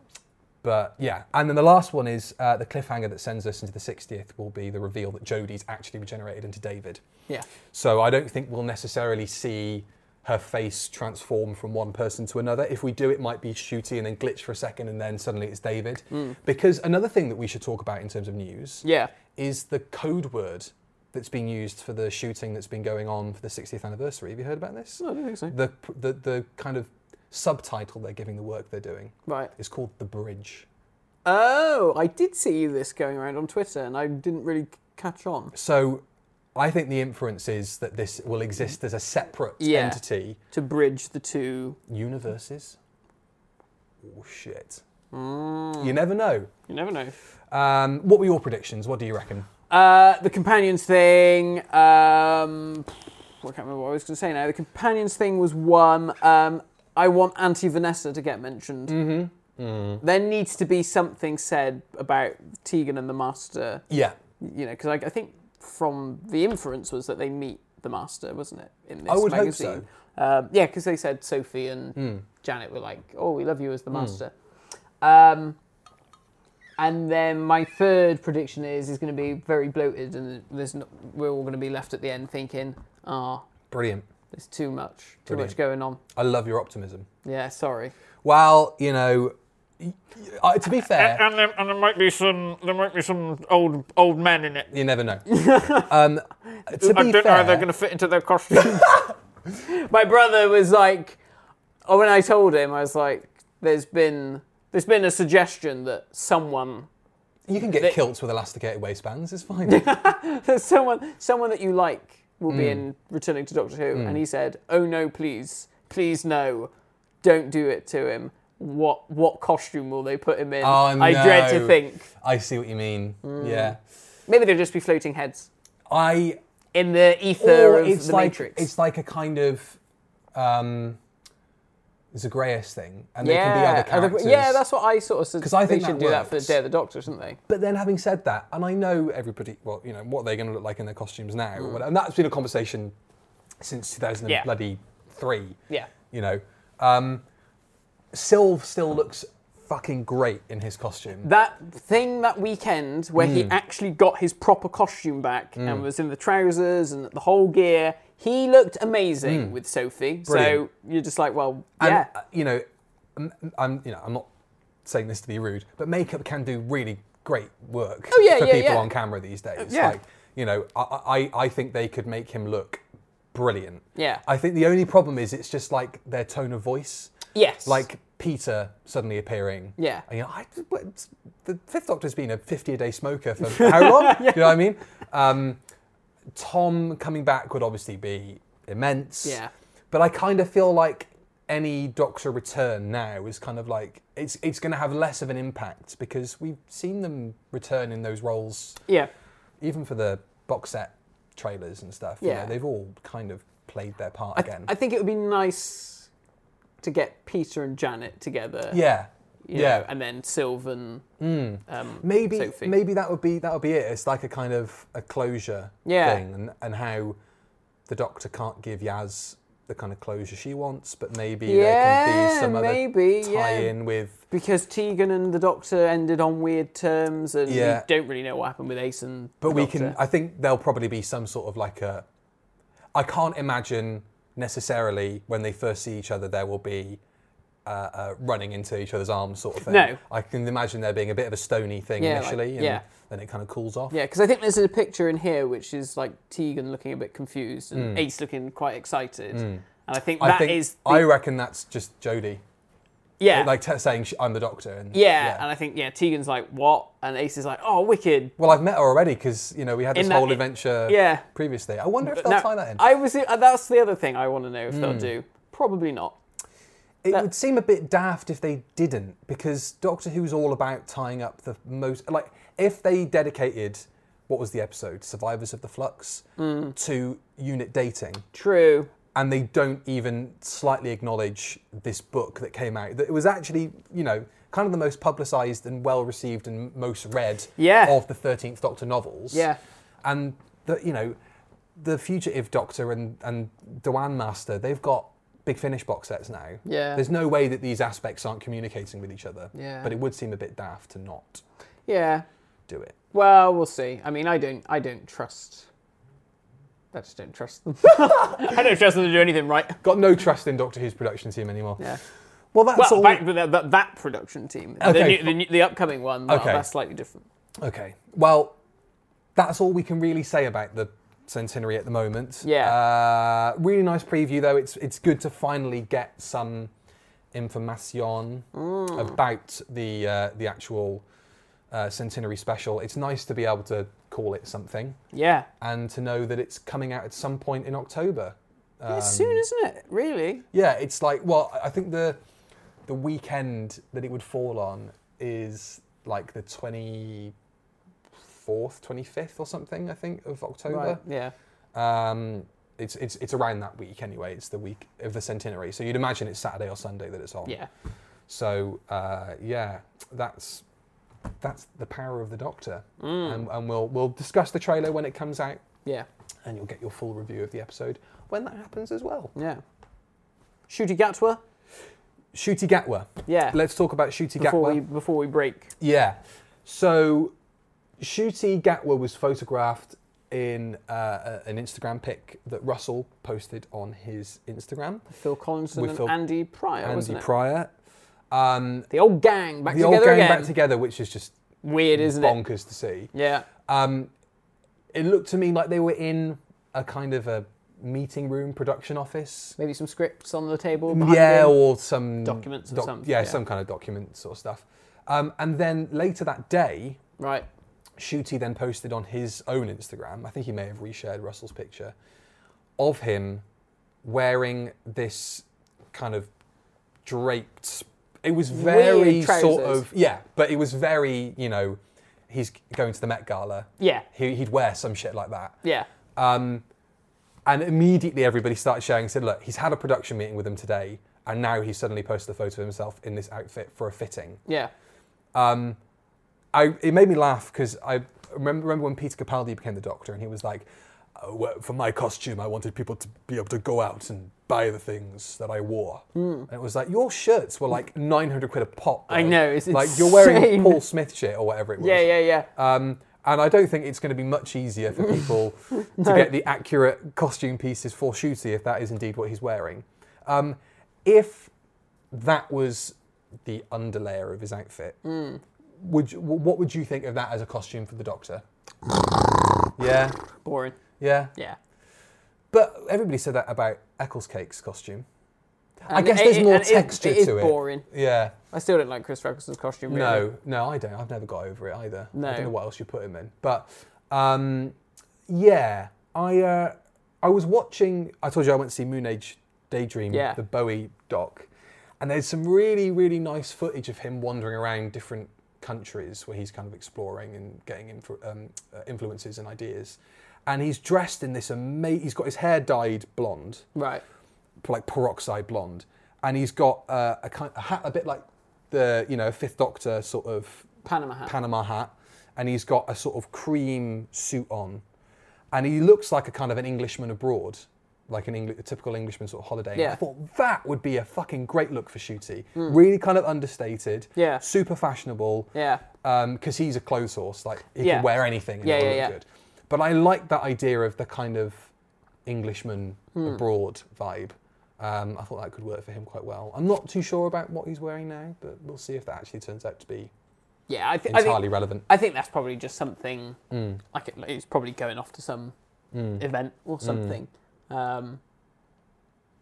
S3: but yeah, and then the last one is uh, the cliffhanger that sends us into the 60th will be the reveal that Jodie's actually regenerated into David.
S2: Yeah.
S3: So I don't think we'll necessarily see her face transform from one person to another. If we do, it might be shooty and then glitch for a second, and then suddenly it's David. Because another thing that we should talk about in terms of news
S2: Hmm. Yeah.
S3: is the code word that's being used for the shooting that's been going on for the 60th anniversary. Have you heard about this?
S2: No, I don't think so.
S3: The the, the kind of subtitle they're giving the work they're doing
S2: Right.
S3: is called the bridge.
S2: Oh, I did see this going around on Twitter, and I didn't really c- catch on
S3: So. I think the inference is that this will exist as a separate
S2: Yeah.
S3: entity
S2: to bridge the two.
S3: universes. Oh shit! You never know.
S2: You never know.
S3: Um, what were your predictions? What do you reckon?
S2: Uh, the companions thing. Um, I can't remember what I was going to say now. The companions thing was one. Um, I want Auntie Vanessa to get mentioned. Mm-hmm. There needs to be something said about Tegan and the Master.
S3: Yeah.
S2: You know, because I, I think from the inference was that they meet the Master, wasn't it? In this
S3: I would hope Hmm.
S2: magazine. Um, yeah, because they said Sophie and Janet were like, "Oh, we love you as the Master." Um, and then my third prediction is is going to be very bloated, and there's no, we're all going to be left at the end thinking, "Ah,
S3: Brilliant.
S2: there's too much, too
S3: Brilliant.
S2: much going on."
S3: I love your optimism.
S2: Yeah, sorry.
S3: Well, you know, y- y- uh, to be fair,
S1: And there, and there might be some there might be some old old men in it.
S3: you never know. Um, to
S1: I
S3: be
S1: don't know how
S3: fair,
S1: they're going to fit into their costume.
S2: My brother was like, oh, when I told him, I was like, "There's been there's been a suggestion that someone."
S3: you can get
S2: they-
S3: kilts with elasticated waistbands. It's fine.
S2: that someone someone that you like will
S3: Hmm.
S2: be in returning to Doctor Who, and he said, "Oh no, please, please no, don't do it to him. What what costume will they put him in?
S3: Oh,
S2: I dread to
S3: no.
S2: think.
S3: I see what you mean. Yeah.
S2: Maybe they'll just be floating heads
S3: I
S2: in the ether
S3: or
S2: of
S3: it's
S2: the
S3: like
S2: Matrix.
S3: it's like a kind of um, Zagreus thing, and they can be other characters.
S2: yeah, that's what I sort of because
S3: I think
S2: they should
S3: that
S2: do that for
S3: works.
S2: Day of the Doctor, shouldn't they?
S3: But then, having said that, and I know everybody, well, you know, what they're going to look like in their costumes now, or whatever, and that's been a conversation since 2003.
S2: Mm. Yeah. Yeah.
S3: You know, um, Sylve still looks fucking great in his costume.
S2: That thing that weekend where he
S3: Mm.
S2: actually got his proper costume back and was in the trousers and the whole gear, he looked amazing with Sophie.
S3: Mm. Brilliant.
S2: So you're just like, well,
S3: And,
S2: yeah,
S3: uh, you know, I'm, I'm, you know, I'm not saying this to be rude, but makeup can do really great work
S2: Oh, yeah,
S3: for
S2: yeah,
S3: people
S2: yeah. Uh,
S3: on camera these days.
S2: yeah.
S3: Like, you know, I, I, I think they could make him look brilliant.
S2: Yeah.
S3: I think the only problem is it's just like their tone of voice.
S2: yes,
S3: like Peter suddenly appearing.
S2: Yeah.
S3: You know, I, what- the Fifth Doctor's been a 50 a day smoker for how long? Do you know what I mean? Um, Tom coming back would obviously be immense.
S2: Yeah.
S3: But I kind of feel like any Doctor return now is kind of like it's it's going to have less of an impact because we've seen them return in those roles,
S2: yeah,
S3: even for the box set trailers and stuff. you know,
S2: Yeah.
S3: they've all kind of played their part
S2: I,
S3: again.
S2: I think it would be nice to get Peter and Janet together.
S3: yeah.
S2: you
S3: yeah. Mm.
S2: know, and then Sylvan. Um,
S3: maybe
S2: Sophie.
S3: maybe that would be that would be it. It's like a kind of a closure
S2: Yeah.
S3: thing, and, and how the Doctor can't give Yaz the kind of closure she wants, but maybe there can
S2: Yeah,
S3: be some
S2: maybe,
S3: other
S2: yeah.
S3: tie-in with.
S2: because Tegan and the Doctor ended on weird terms, and
S3: Yeah.
S2: we don't really know what happened with Ace and.
S3: But
S2: the
S3: we
S2: Doctor.
S3: can. I think there'll probably be some sort of like a. I can't imagine necessarily when they first see each other there will be uh, uh, running into each other's arms sort of thing.
S2: No.
S3: I can imagine there being a bit of a stony thing
S2: Yeah, like-
S3: initially, and
S2: yeah.
S3: then it kind of cools off.
S2: Yeah, because I think there's a picture in here which is like Tegan looking a bit confused and Ace looking quite excited, and I think
S3: Hmm. I
S2: that
S3: think
S2: is
S3: I
S2: the-
S3: reckon that's just Jodie,
S2: yeah,
S3: like t- saying sh I'm the doctor. And,
S2: yeah, and I think yeah, Tegan's like what, and Ace is like oh wicked,
S3: well, I've met her already because you know we had this
S2: In that-
S3: whole adventure
S2: yeah.
S3: previously. I wonder
S2: But
S3: if they'll
S2: now-
S3: tie that in. Hmm.
S2: I was uh, that's the other thing I want to know if they'll do. Probably not.
S3: It
S2: That-
S3: would seem a bit daft if they didn't, because Doctor Who's all about tying up the most. Like, if they dedicated what was the episode, Survivors of the Flux,
S2: Mm.
S3: to unit dating,
S2: True.
S3: and they don't even slightly acknowledge this book that came out, that it was actually, you know, kind of the most publicised and well received and most read
S2: Yeah.
S3: of the Thirteenth Doctor novels.
S2: Yeah.
S3: and the, you know, the fugitive Doctor and and Dewan Master, they've got big finish box sets now.
S2: Yeah.
S3: There's no way that these aspects aren't communicating with each other.
S2: Yeah.
S3: But it would seem a bit daft to not
S2: Yeah.
S3: do it.
S2: Well, we'll see. I mean, I don't. I don't trust. I just don't trust them.
S1: I don't trust them to do anything right.
S3: Got no trust in Doctor Who's production team anymore.
S2: Yeah.
S3: Well, that's
S2: Well,
S3: all.
S2: back to that, that, that production team. The,
S3: Okay.
S2: new, the, new, the upcoming one. well,
S3: Okay.
S2: That's slightly different.
S3: Okay. Well, that's all we can really say about the centenary at the moment.
S2: Yeah.
S3: Uh, really nice preview though. It's it's good to finally get some information about the uh, the actual uh, centenary special. It's nice to be able to call it something
S2: Yeah.
S3: and to know that it's coming out at some point in October.
S2: yeah
S3: Um,
S2: soon, isn't it? Really?
S3: yeah, it's like well, I- I think the the weekend that it would fall on is like the twenty fourth, twenty fifth, or something. I think of
S2: Right.
S3: October.
S2: Yeah.
S3: Um, it's it's it's around that week anyway. It's the week of the centenary, so you'd imagine it's Saturday or Sunday that it's on.
S2: Yeah.
S3: So uh, yeah, that's that's the power of the Doctor,
S2: Mm.
S3: and, and we'll we'll discuss the trailer when it comes out,
S2: Yeah.
S3: and you'll get your full review of the episode when that happens as well.
S2: Yeah. Shooty Gatwa.
S3: Shooty Gatwa.
S2: Yeah.
S3: Let's talk about Shooty
S2: before
S3: Gatwa.
S2: we before we break.
S3: Yeah. So Shooty Gatwa was photographed in uh, a- an Instagram pic that Russell posted on his Instagram.
S2: Phil Collinson
S3: With
S2: and
S3: Phil-
S2: Andy Pryor.
S3: Andy
S2: wasn't it?
S3: Pryor. Um,
S2: The old gang back
S3: the
S2: together
S3: old gang
S2: again.
S3: back together, which is just
S2: Weird, isn't it?
S3: bonkers to see.
S2: Yeah.
S3: Um, it looked to me like they were in a kind of a meeting room production office.
S2: Maybe some scripts on the table. behind
S3: Yeah,
S2: him.
S3: or some
S2: Documents of some-
S3: Yeah,
S2: yeah.
S3: some kind of document sort of stuff. Um, and then later that day,
S2: Right.
S3: Shooty then posted on his own Instagram, I think he may have reshared Russell's picture, of him wearing this kind of draped. It was very
S2: Weird
S3: sort
S2: trousers.
S3: of. Yeah, but it was very, you know, he's going to the Met Gala.
S2: Yeah.
S3: He, he'd wear some shit like that.
S2: Yeah.
S3: Um, and immediately everybody started sharing, said, look, he's had a production meeting with him today, and now he's suddenly posted a photo of himself in this outfit for a fitting.
S2: Yeah.
S3: Um, I, it made me laugh because I remember, remember when Peter Capaldi became the Doctor and he was like, "Oh, well, for my costume, I wanted people to be able to go out and buy the things that I wore. And it was like, your shirts were like 900 quid a pop.
S2: Mm. I
S3: bro."
S2: know, it's
S3: Like, you're wearing
S2: insane.
S3: Paul Smith shit or whatever it was.
S2: Yeah. Yeah. Yeah.
S3: Um, and I don't think it's going to be much easier for people to get the accurate costume pieces for Shooty if that is indeed what he's wearing. Um, if that was the underlayer of his outfit,
S2: Hmm.
S3: would you, wh- what would you think of that as a costume for the Doctor? yeah,
S2: Boring.
S3: yeah.
S2: Yeah.
S3: But everybody said that about Eccles Cake's costume. I
S2: And
S3: guess
S2: it-
S3: there's
S2: it-
S3: more
S2: and it is-
S3: texture
S2: it is
S3: to it.
S2: boring.
S3: Yeah.
S2: I still don't like Chris Ferguson's costume. Really.
S3: No, no, I don't. I've never got over it either. I
S2: No.
S3: don't know what else you put him in. But um, yeah, I uh, I was watching. I told you I went to see Moon Age Daydream,
S2: Yeah.
S3: the Bowie doc, and there's some really really nice footage of him wandering around different countries where he's kind of exploring and getting influ- um, uh, influences and ideas. And he's dressed in this amazing. He's got his hair dyed blonde
S2: Right.
S3: like peroxide blonde, and he's got uh, a kind a hat a bit like the you know Fifth Doctor sort of
S2: Panama hat.
S3: Panama hat, and he's got a sort of cream suit on, and he looks like a kind of an Englishman abroad, like an Engli- a typical Englishman sort of holiday. And I
S2: Yeah. Mm.
S3: thought that would be a fucking great look for Shooty. Really kind of understated.
S2: Yeah.
S3: Super fashionable
S2: yeah.
S3: because Um, he's a clothes horse. Like he
S2: Yeah.
S3: can wear anything and
S2: Yeah,
S3: it'll
S2: yeah,
S3: look
S2: yeah.
S3: good.
S2: Hmm.
S3: But I like that idea of the kind of Englishman abroad vibe Um, I thought that could work for him quite well. I'm not too sure about what he's wearing now, but we'll see if that actually turns out to be
S2: Yeah, I, th- I
S3: entirely
S2: think
S3: relevant.
S2: I think that's probably just something
S3: Mm.
S2: like it, it's probably going off to some event
S3: Mm.
S2: or something. Um,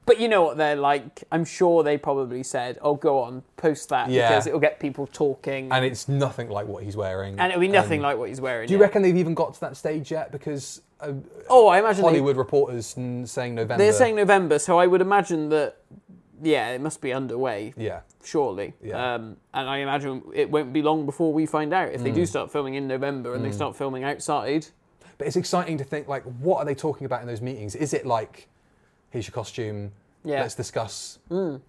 S2: but you know what they're like. I'm sure they probably said, "Oh, go on, post that
S3: Yeah.
S2: because it'll get people talking,
S3: And it's nothing like what he's wearing.
S2: and it'll be nothing like what he's wearing."
S3: Do you
S2: yeah.
S3: reckon they've even got to that stage yet? Because uh,
S2: Oh, I imagine they,
S3: Hollywood reporters n- saying November.
S2: they're saying November, so I would imagine that. Yeah, it must be underway
S3: yeah,
S2: surely.
S3: Yeah.
S2: Um, and I imagine it won't be long before we find out if they
S3: Mm.
S2: do start filming in November and they start filming outside.
S3: but it's exciting to think like, what are they talking about in those meetings? Is it like, here's your costume?
S2: Yeah. Mm.
S3: Let's discuss the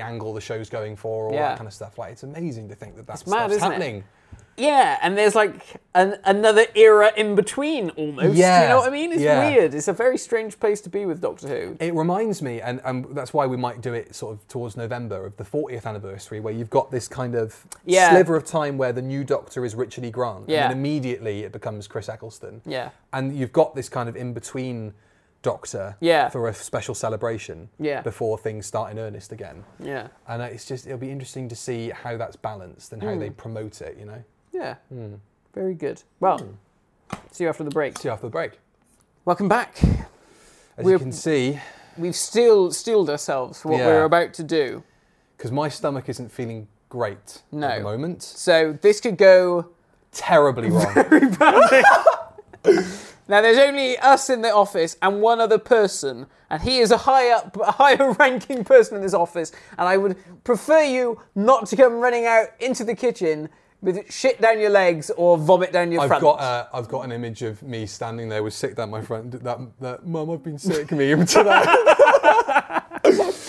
S3: angle the show's going for, all
S2: Yeah.
S3: that kind of stuff. Like, it's amazing to think that that's
S2: mad,
S3: stuff's
S2: isn't it?
S3: happening.
S2: Yeah, and there's like an, another era in between almost. Do you
S3: Yeah,
S2: know what I mean? It's
S3: yeah.
S2: weird. It's a very strange place to be with Doctor Who.
S3: It reminds me, and, and that's why we might do it sort of towards November of the 40th anniversary, where you've got this kind of
S2: Yeah.
S3: sliver of time where the new Doctor is Richard E. Grant,
S2: Yeah.
S3: and then immediately it becomes Chris Eccleston.
S2: Yeah.
S3: And you've got this kind of in between Doctor
S2: Yeah.
S3: for a special celebration
S2: Yeah.
S3: before things start in earnest again.
S2: Yeah.
S3: And uh, it's just, it'll be interesting to see how that's balanced and how
S2: Mm.
S3: they promote it, you know?
S2: Yeah.
S3: Hmm.
S2: Very good. Well, see you after the break.
S3: See you after the break.
S2: Welcome back.
S3: As
S2: We're-
S3: you can see,
S2: We've still steeled ourselves for what
S3: Yeah.
S2: we're about to do.
S3: because my stomach isn't feeling great at
S2: No.
S3: the moment,
S2: So this could go
S3: terribly wrong.
S2: Now there's only us in the office and one other person, and he is a high up, a higher ranking person in this office. And I would prefer you not to come running out into the kitchen with shit down your legs or vomit down your
S3: I've
S2: front.
S3: got uh, a, I've got an image of me standing there with sick down my front. That that mum, I've been sick. Me to that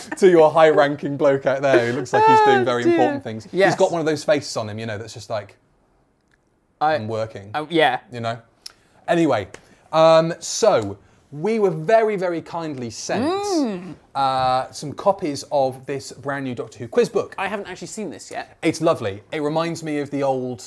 S3: to your high-ranking bloke out there who looks like he's doing very
S2: Oh, dear.
S3: important things.
S2: Yes.
S3: He's got one of those faces on him, you know, that's just like
S2: I-
S3: I'm working.
S2: Oh, yeah,
S3: You know. Anyway, um, so we were very very kindly sent
S2: Mm.
S3: uh, some copies of this brand new Doctor Who quiz book.
S2: I haven't actually seen this yet.
S3: It's lovely. It reminds me of the old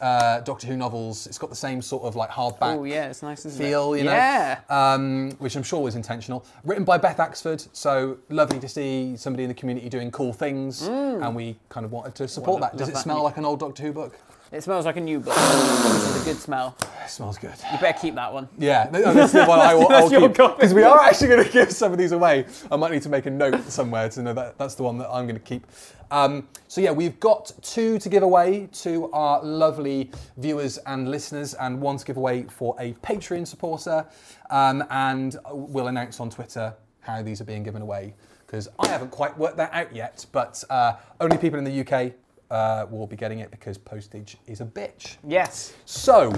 S3: uh, Doctor Who novels. It's got the same sort of like hardback
S2: Oh yeah, it's nice, isn't
S3: feel,
S2: it?
S3: you know,
S2: yeah.
S3: um, which I'm sure was intentional. Written by Beth Axford, so lovely to see somebody in the community doing cool things, and we kind of wanted to support
S2: Well,
S3: that. Does
S2: Mm. love
S3: it
S2: that.
S3: smell like an old Doctor Who book?
S2: It smells like a new book. This is a good smell.
S3: It smells good.
S2: You better keep that one.
S3: Yeah, th- no, that's the one I will,
S2: That's your copy.
S3: Because we are actually going to give some of these away. I might need to make a note somewhere to know that that's the one that I'm going to keep. Um, so yeah, we've got two to give away to our lovely viewers and listeners, and one to give away for a Patreon supporter. Um, and we'll announce on Twitter how these are being given away because I haven't quite worked that out yet. But uh, only people in the UK uh, will be getting it because postage is a bitch.
S2: Yes.
S3: So,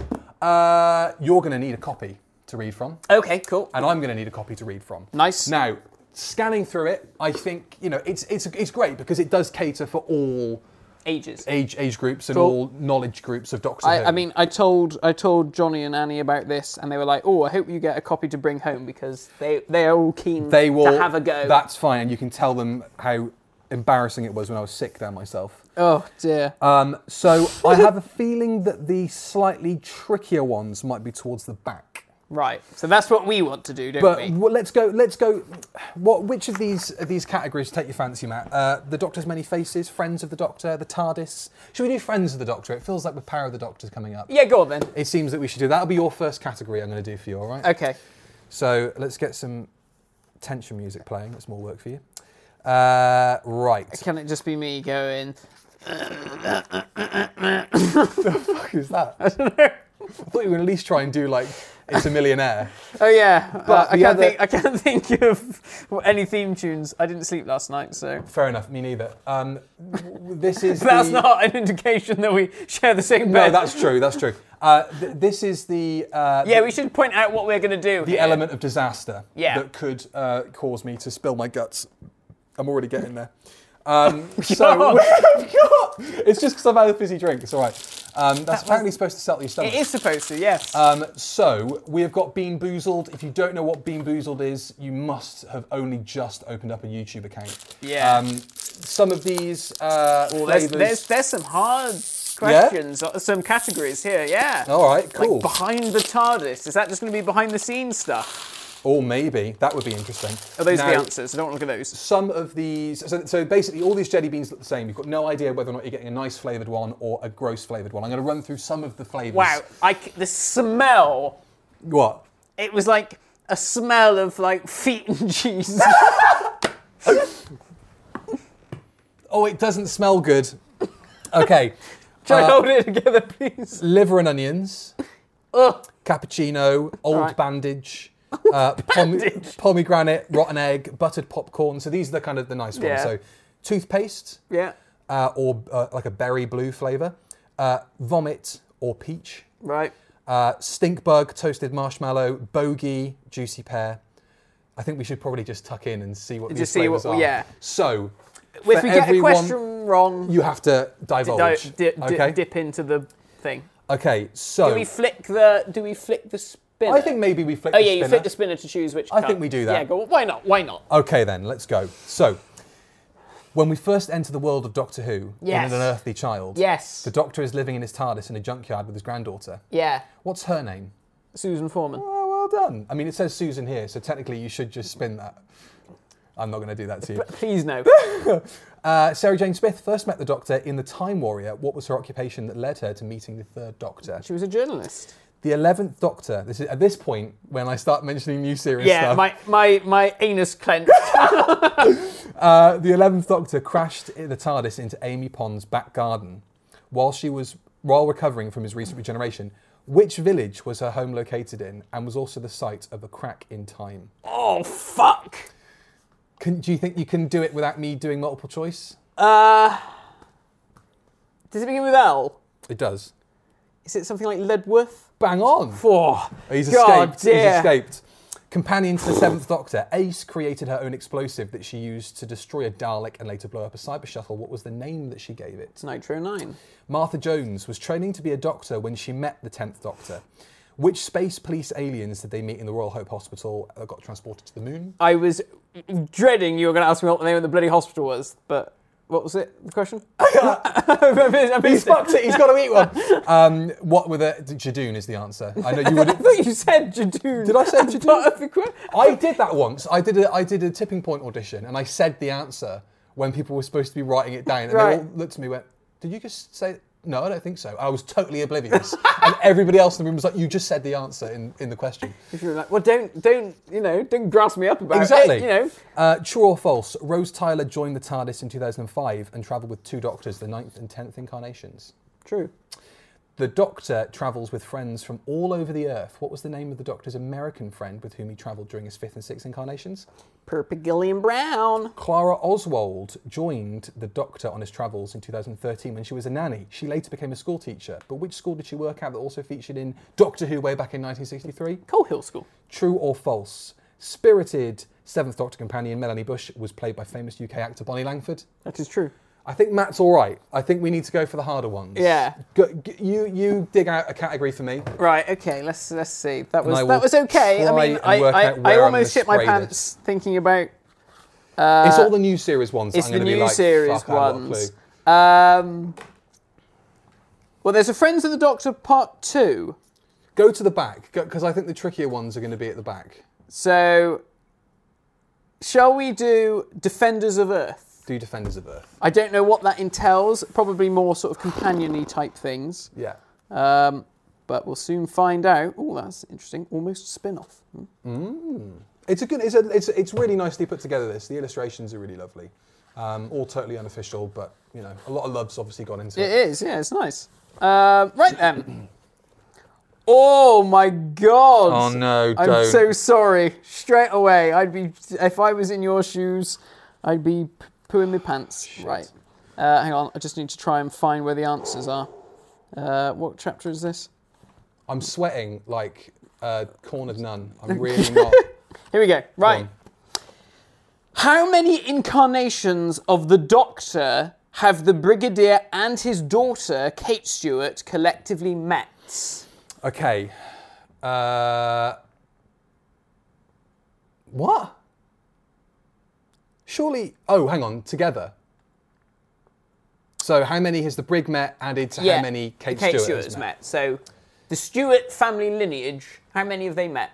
S3: uh, you're going to need a copy to read from,
S2: Okay. Cool.
S3: and I'm going to need a copy to read from.
S2: Nice.
S3: Now, scanning through it, I think you know it's it's it's great because it does cater for all
S2: Ages.
S3: age age groups and
S2: Cool.
S3: all knowledge groups of Doctor
S2: I,
S3: Who.
S2: I mean, I told I told Johnny and Annie about this, and they were like, "Oh, I hope you get a copy to bring home because they they are all keen
S3: they will
S2: to have a go."
S3: That's fine, and you can tell them how embarrassing it was when I was sick there myself.
S2: oh dear.
S3: Um, so I have a feeling that the slightly trickier ones might be towards the back.
S2: right. So that's what we want to do, don't
S3: But
S2: we?
S3: well, let's go. Let's go. What? Which of these of these categories take your fancy, Matt? Uh, the Doctor's many faces, Friends of the Doctor, the TARDIS. Should we do Friends of the Doctor? It feels like the Power of the Doctor's coming up.
S2: Yeah, go on then.
S3: It seems that we should do that. That'll be your first category. I'm going to do for you. All right.
S2: Okay.
S3: So let's get some tension music playing. That's more work for you. Uh, right.
S2: Can it just be me going?
S3: What is that? I don't know. I thought you were going to at least try and do like It's a Millionaire.
S2: Oh yeah, but
S3: But
S2: I
S3: the
S2: can't
S3: other-
S2: think. I can't think of any theme tunes. I didn't sleep last night, so
S3: Fair enough. Me neither. Um, w- w- this is.
S2: that's
S3: the-
S2: not an indication that we share the same
S3: No,
S2: bed.
S3: that's true. That's true. Uh, th- this is the uh,
S2: yeah, we should point out what we're going to do.
S3: the
S2: here.
S3: element of disaster
S2: Yeah.
S3: that could uh, cause me to spill my guts. I'm already getting there. Um, so it's just because I've had a fizzy drink. It's all right. Um, that's apparently supposed to settle your stomach.
S2: It is supposed to. Yes.
S3: Um, so we have got Bean Boozled. If you don't know what Bean Boozled is, you must have only just opened up a YouTube account.
S2: Yeah.
S3: Um, some of these uh,
S2: There's,
S3: flavors.
S2: there's, there's some hard questions, uh some categories here, yeah.
S3: Oh, All right, cool.
S2: Like behind the TARDIS. Is that just going to be behind the scenes stuff?
S3: Or maybe that would be interesting.
S2: Are those the
S3: Now,
S2: answers? I don't want to look at those.
S3: Some of these, so, so basically, all these jelly beans look the same. You've got no idea whether or not you're getting a nice flavored one or a gross flavored one. I'm going to run through some of the flavors.
S2: Wow, I c the smell.
S3: What?
S2: It was like a smell of like feet and cheese.
S3: Oh, it doesn't smell good. Okay.
S2: Try
S3: Uh,
S2: to hold it together, please.
S3: liver and onions,
S2: Ugh.
S3: cappuccino, old
S2: Right.
S3: bandage, uh, pome- pomegranate, rotten egg, buttered popcorn. So these are the kind of the nice ones.
S2: Yeah.
S3: So toothpaste
S2: Yeah.
S3: uh, or uh, like a berry blue flavour, uh, vomit or peach,
S2: Right.
S3: uh, stink bug, toasted marshmallow, bogey, juicy pear. I think we should probably just tuck in and see what these
S2: Just see what-
S3: flavours are.
S2: yeah.
S3: So
S2: If
S3: for
S2: we get a
S3: everyone,
S2: question wrong,
S3: you have to
S2: di-
S3: divulge.
S2: di- di-
S3: okay.
S2: dip into the thing.
S3: okay. So
S2: Do we flick the? Do we flick the spinner?
S3: I think maybe we flick.
S2: Oh
S3: the
S2: yeah, you
S3: spinner.
S2: flick the spinner to choose which.
S3: I
S2: cup.
S3: think we do that.
S2: Yeah, go. why not? Why not?
S3: Okay, then, let's go. So, when we first enter the world of Doctor Who,
S2: Yes.
S3: in an earthly child,
S2: Yes.
S3: the Doctor is living in his TARDIS in a junkyard with his granddaughter.
S2: Yeah.
S3: What's her name?
S2: Susan Foreman.
S3: Oh, well done. I mean, it says Susan here, so technically you should just spin that. I'm not going to do that to you.
S2: Please no.
S3: Uh, Sarah Jane Smith first met the Doctor in The Time Warrior. What was her occupation that led her to meeting the Third Doctor?
S2: she was a journalist.
S3: The Eleventh Doctor. This is at this point when I start mentioning new series
S2: Yeah,
S3: stuff.
S2: my my my anus clenched.
S3: Uh, the Eleventh Doctor crashed i- the TARDIS into Amy Pond's back garden while she was while recovering from his recent regeneration. Which village was her home located in, and was also the site of a crack in time?
S2: oh fuck.
S3: Can, do you think you can do it without me doing multiple choice?
S2: Uh, does it begin with L?
S3: It does.
S2: Is it something like Ledworth?
S3: Bang on!
S2: Oh,
S3: He's
S2: God
S3: escaped. He's
S2: dear.
S3: escaped. Companion to the Seventh Doctor, Ace created her own explosive that she used to destroy a Dalek and later blow up a cyber shuttle. What was the name that she gave it?
S2: It's oh Nitro 9.
S3: Martha Jones was training to be a doctor when she met the 10th Doctor. Which space police aliens did they meet in the Royal Hope Hospital that got transported to the moon?
S2: I was dreading you were going to ask me what the name of the bloody hospital was, but what was it? The question? I missed- I
S3: He's
S2: missed it.
S3: fucked it, he's got to eat one. Um, what were the. Jadoon is the answer. I know you
S2: I
S3: would.
S2: thought you said Jadoon.
S3: Did I say
S2: Part of
S3: Jadoon?
S2: the que-
S3: I did that once. I did, a, I did a tipping point audition and I said the answer when people were supposed to be writing it down. And
S2: Right.
S3: they all looked at me and went, Did you just say. No, I don't think so. I was totally oblivious. and everybody else in the room was like, You just said the answer in, in the question.
S2: If you were like, well, don't, don't, you know, don't grass me up about
S3: Exactly.
S2: it. You know,
S3: Uh, true or false? Rose Tyler joined the TARDIS in 2005 and travelled with two doctors, the ninth and tenth incarnations.
S2: true.
S3: The Doctor travels with friends from all over the Earth. What was the name of the Doctor's American friend with whom he travelled during his fifth and sixth incarnations?
S2: Purple Gillian Brown.
S3: Clara Oswald joined the Doctor on his travels in 2013 when she was a nanny. She later became a school teacher. But which school did she work at that also featured in Doctor Who way back in 1963?
S2: Coal Hill School.
S3: True or false? Spirited Seventh Doctor companion Melanie Bush was played by famous UK actor Bonnie Langford.
S2: That is true.
S3: I think Matt's all right. I think we need to go for the harder ones.
S2: Yeah.
S3: Go, g- you you dig out a category for me.
S2: Right. Okay. Let's let's see. That
S3: I
S2: was
S3: will
S2: that was okay. I
S3: try
S2: mean,
S3: and
S2: I,
S3: work
S2: I,
S3: out where
S2: I
S3: I'm
S2: almost
S3: gonna
S2: shit my
S3: spray
S2: pants
S3: this.
S2: thinking about.
S3: it's all the new series ones.
S2: Uh,
S3: that
S2: It's
S3: I'm
S2: the
S3: gonna be
S2: new
S3: like,
S2: series
S3: "Fuck, I haven't got a
S2: ones.
S3: clue."
S2: Um, well, there's a Friends of the Doctor Part Two.
S3: Go to the back because I think the trickier ones are going to be at the back.
S2: So, shall we do Defenders of Earth?
S3: Do Defenders of Earth.
S2: I don't know what that entails. Probably more sort of companion-y type things.
S3: Yeah.
S2: Um, but we'll soon find out. Oh, that's interesting. Almost a spin-off. Hmm.
S3: It's a good. It's a. It's it's really nicely put together. This the illustrations are really lovely. Um, all totally unofficial, but you know a lot of love's obviously gone into
S2: It is, yeah, it's nice. Uh, right then. Oh my god.
S3: Oh, no,
S2: I'm
S3: don't.
S2: so sorry. Straight away, I'd be if I was in your shoes, I'd be p- pooing my pants. Right. Uh, hang on, I just need to try and find where the answers are. Uh, what chapter is this?
S3: I'm sweating like a cornered nun. I'm really not.
S2: Here we go. Right.
S3: on.
S2: How many incarnations of the Doctor have the Brigadier and his daughter, Kate Stewart, collectively met?
S3: Okay. Uh, what? Surely. Oh, hang on. Together. So, how many has the Brig met added to how many Kate,
S2: Kate
S3: Stewart,
S2: Stewart
S3: has
S2: has
S3: met?
S2: So the Stewart family lineage, how many have they met?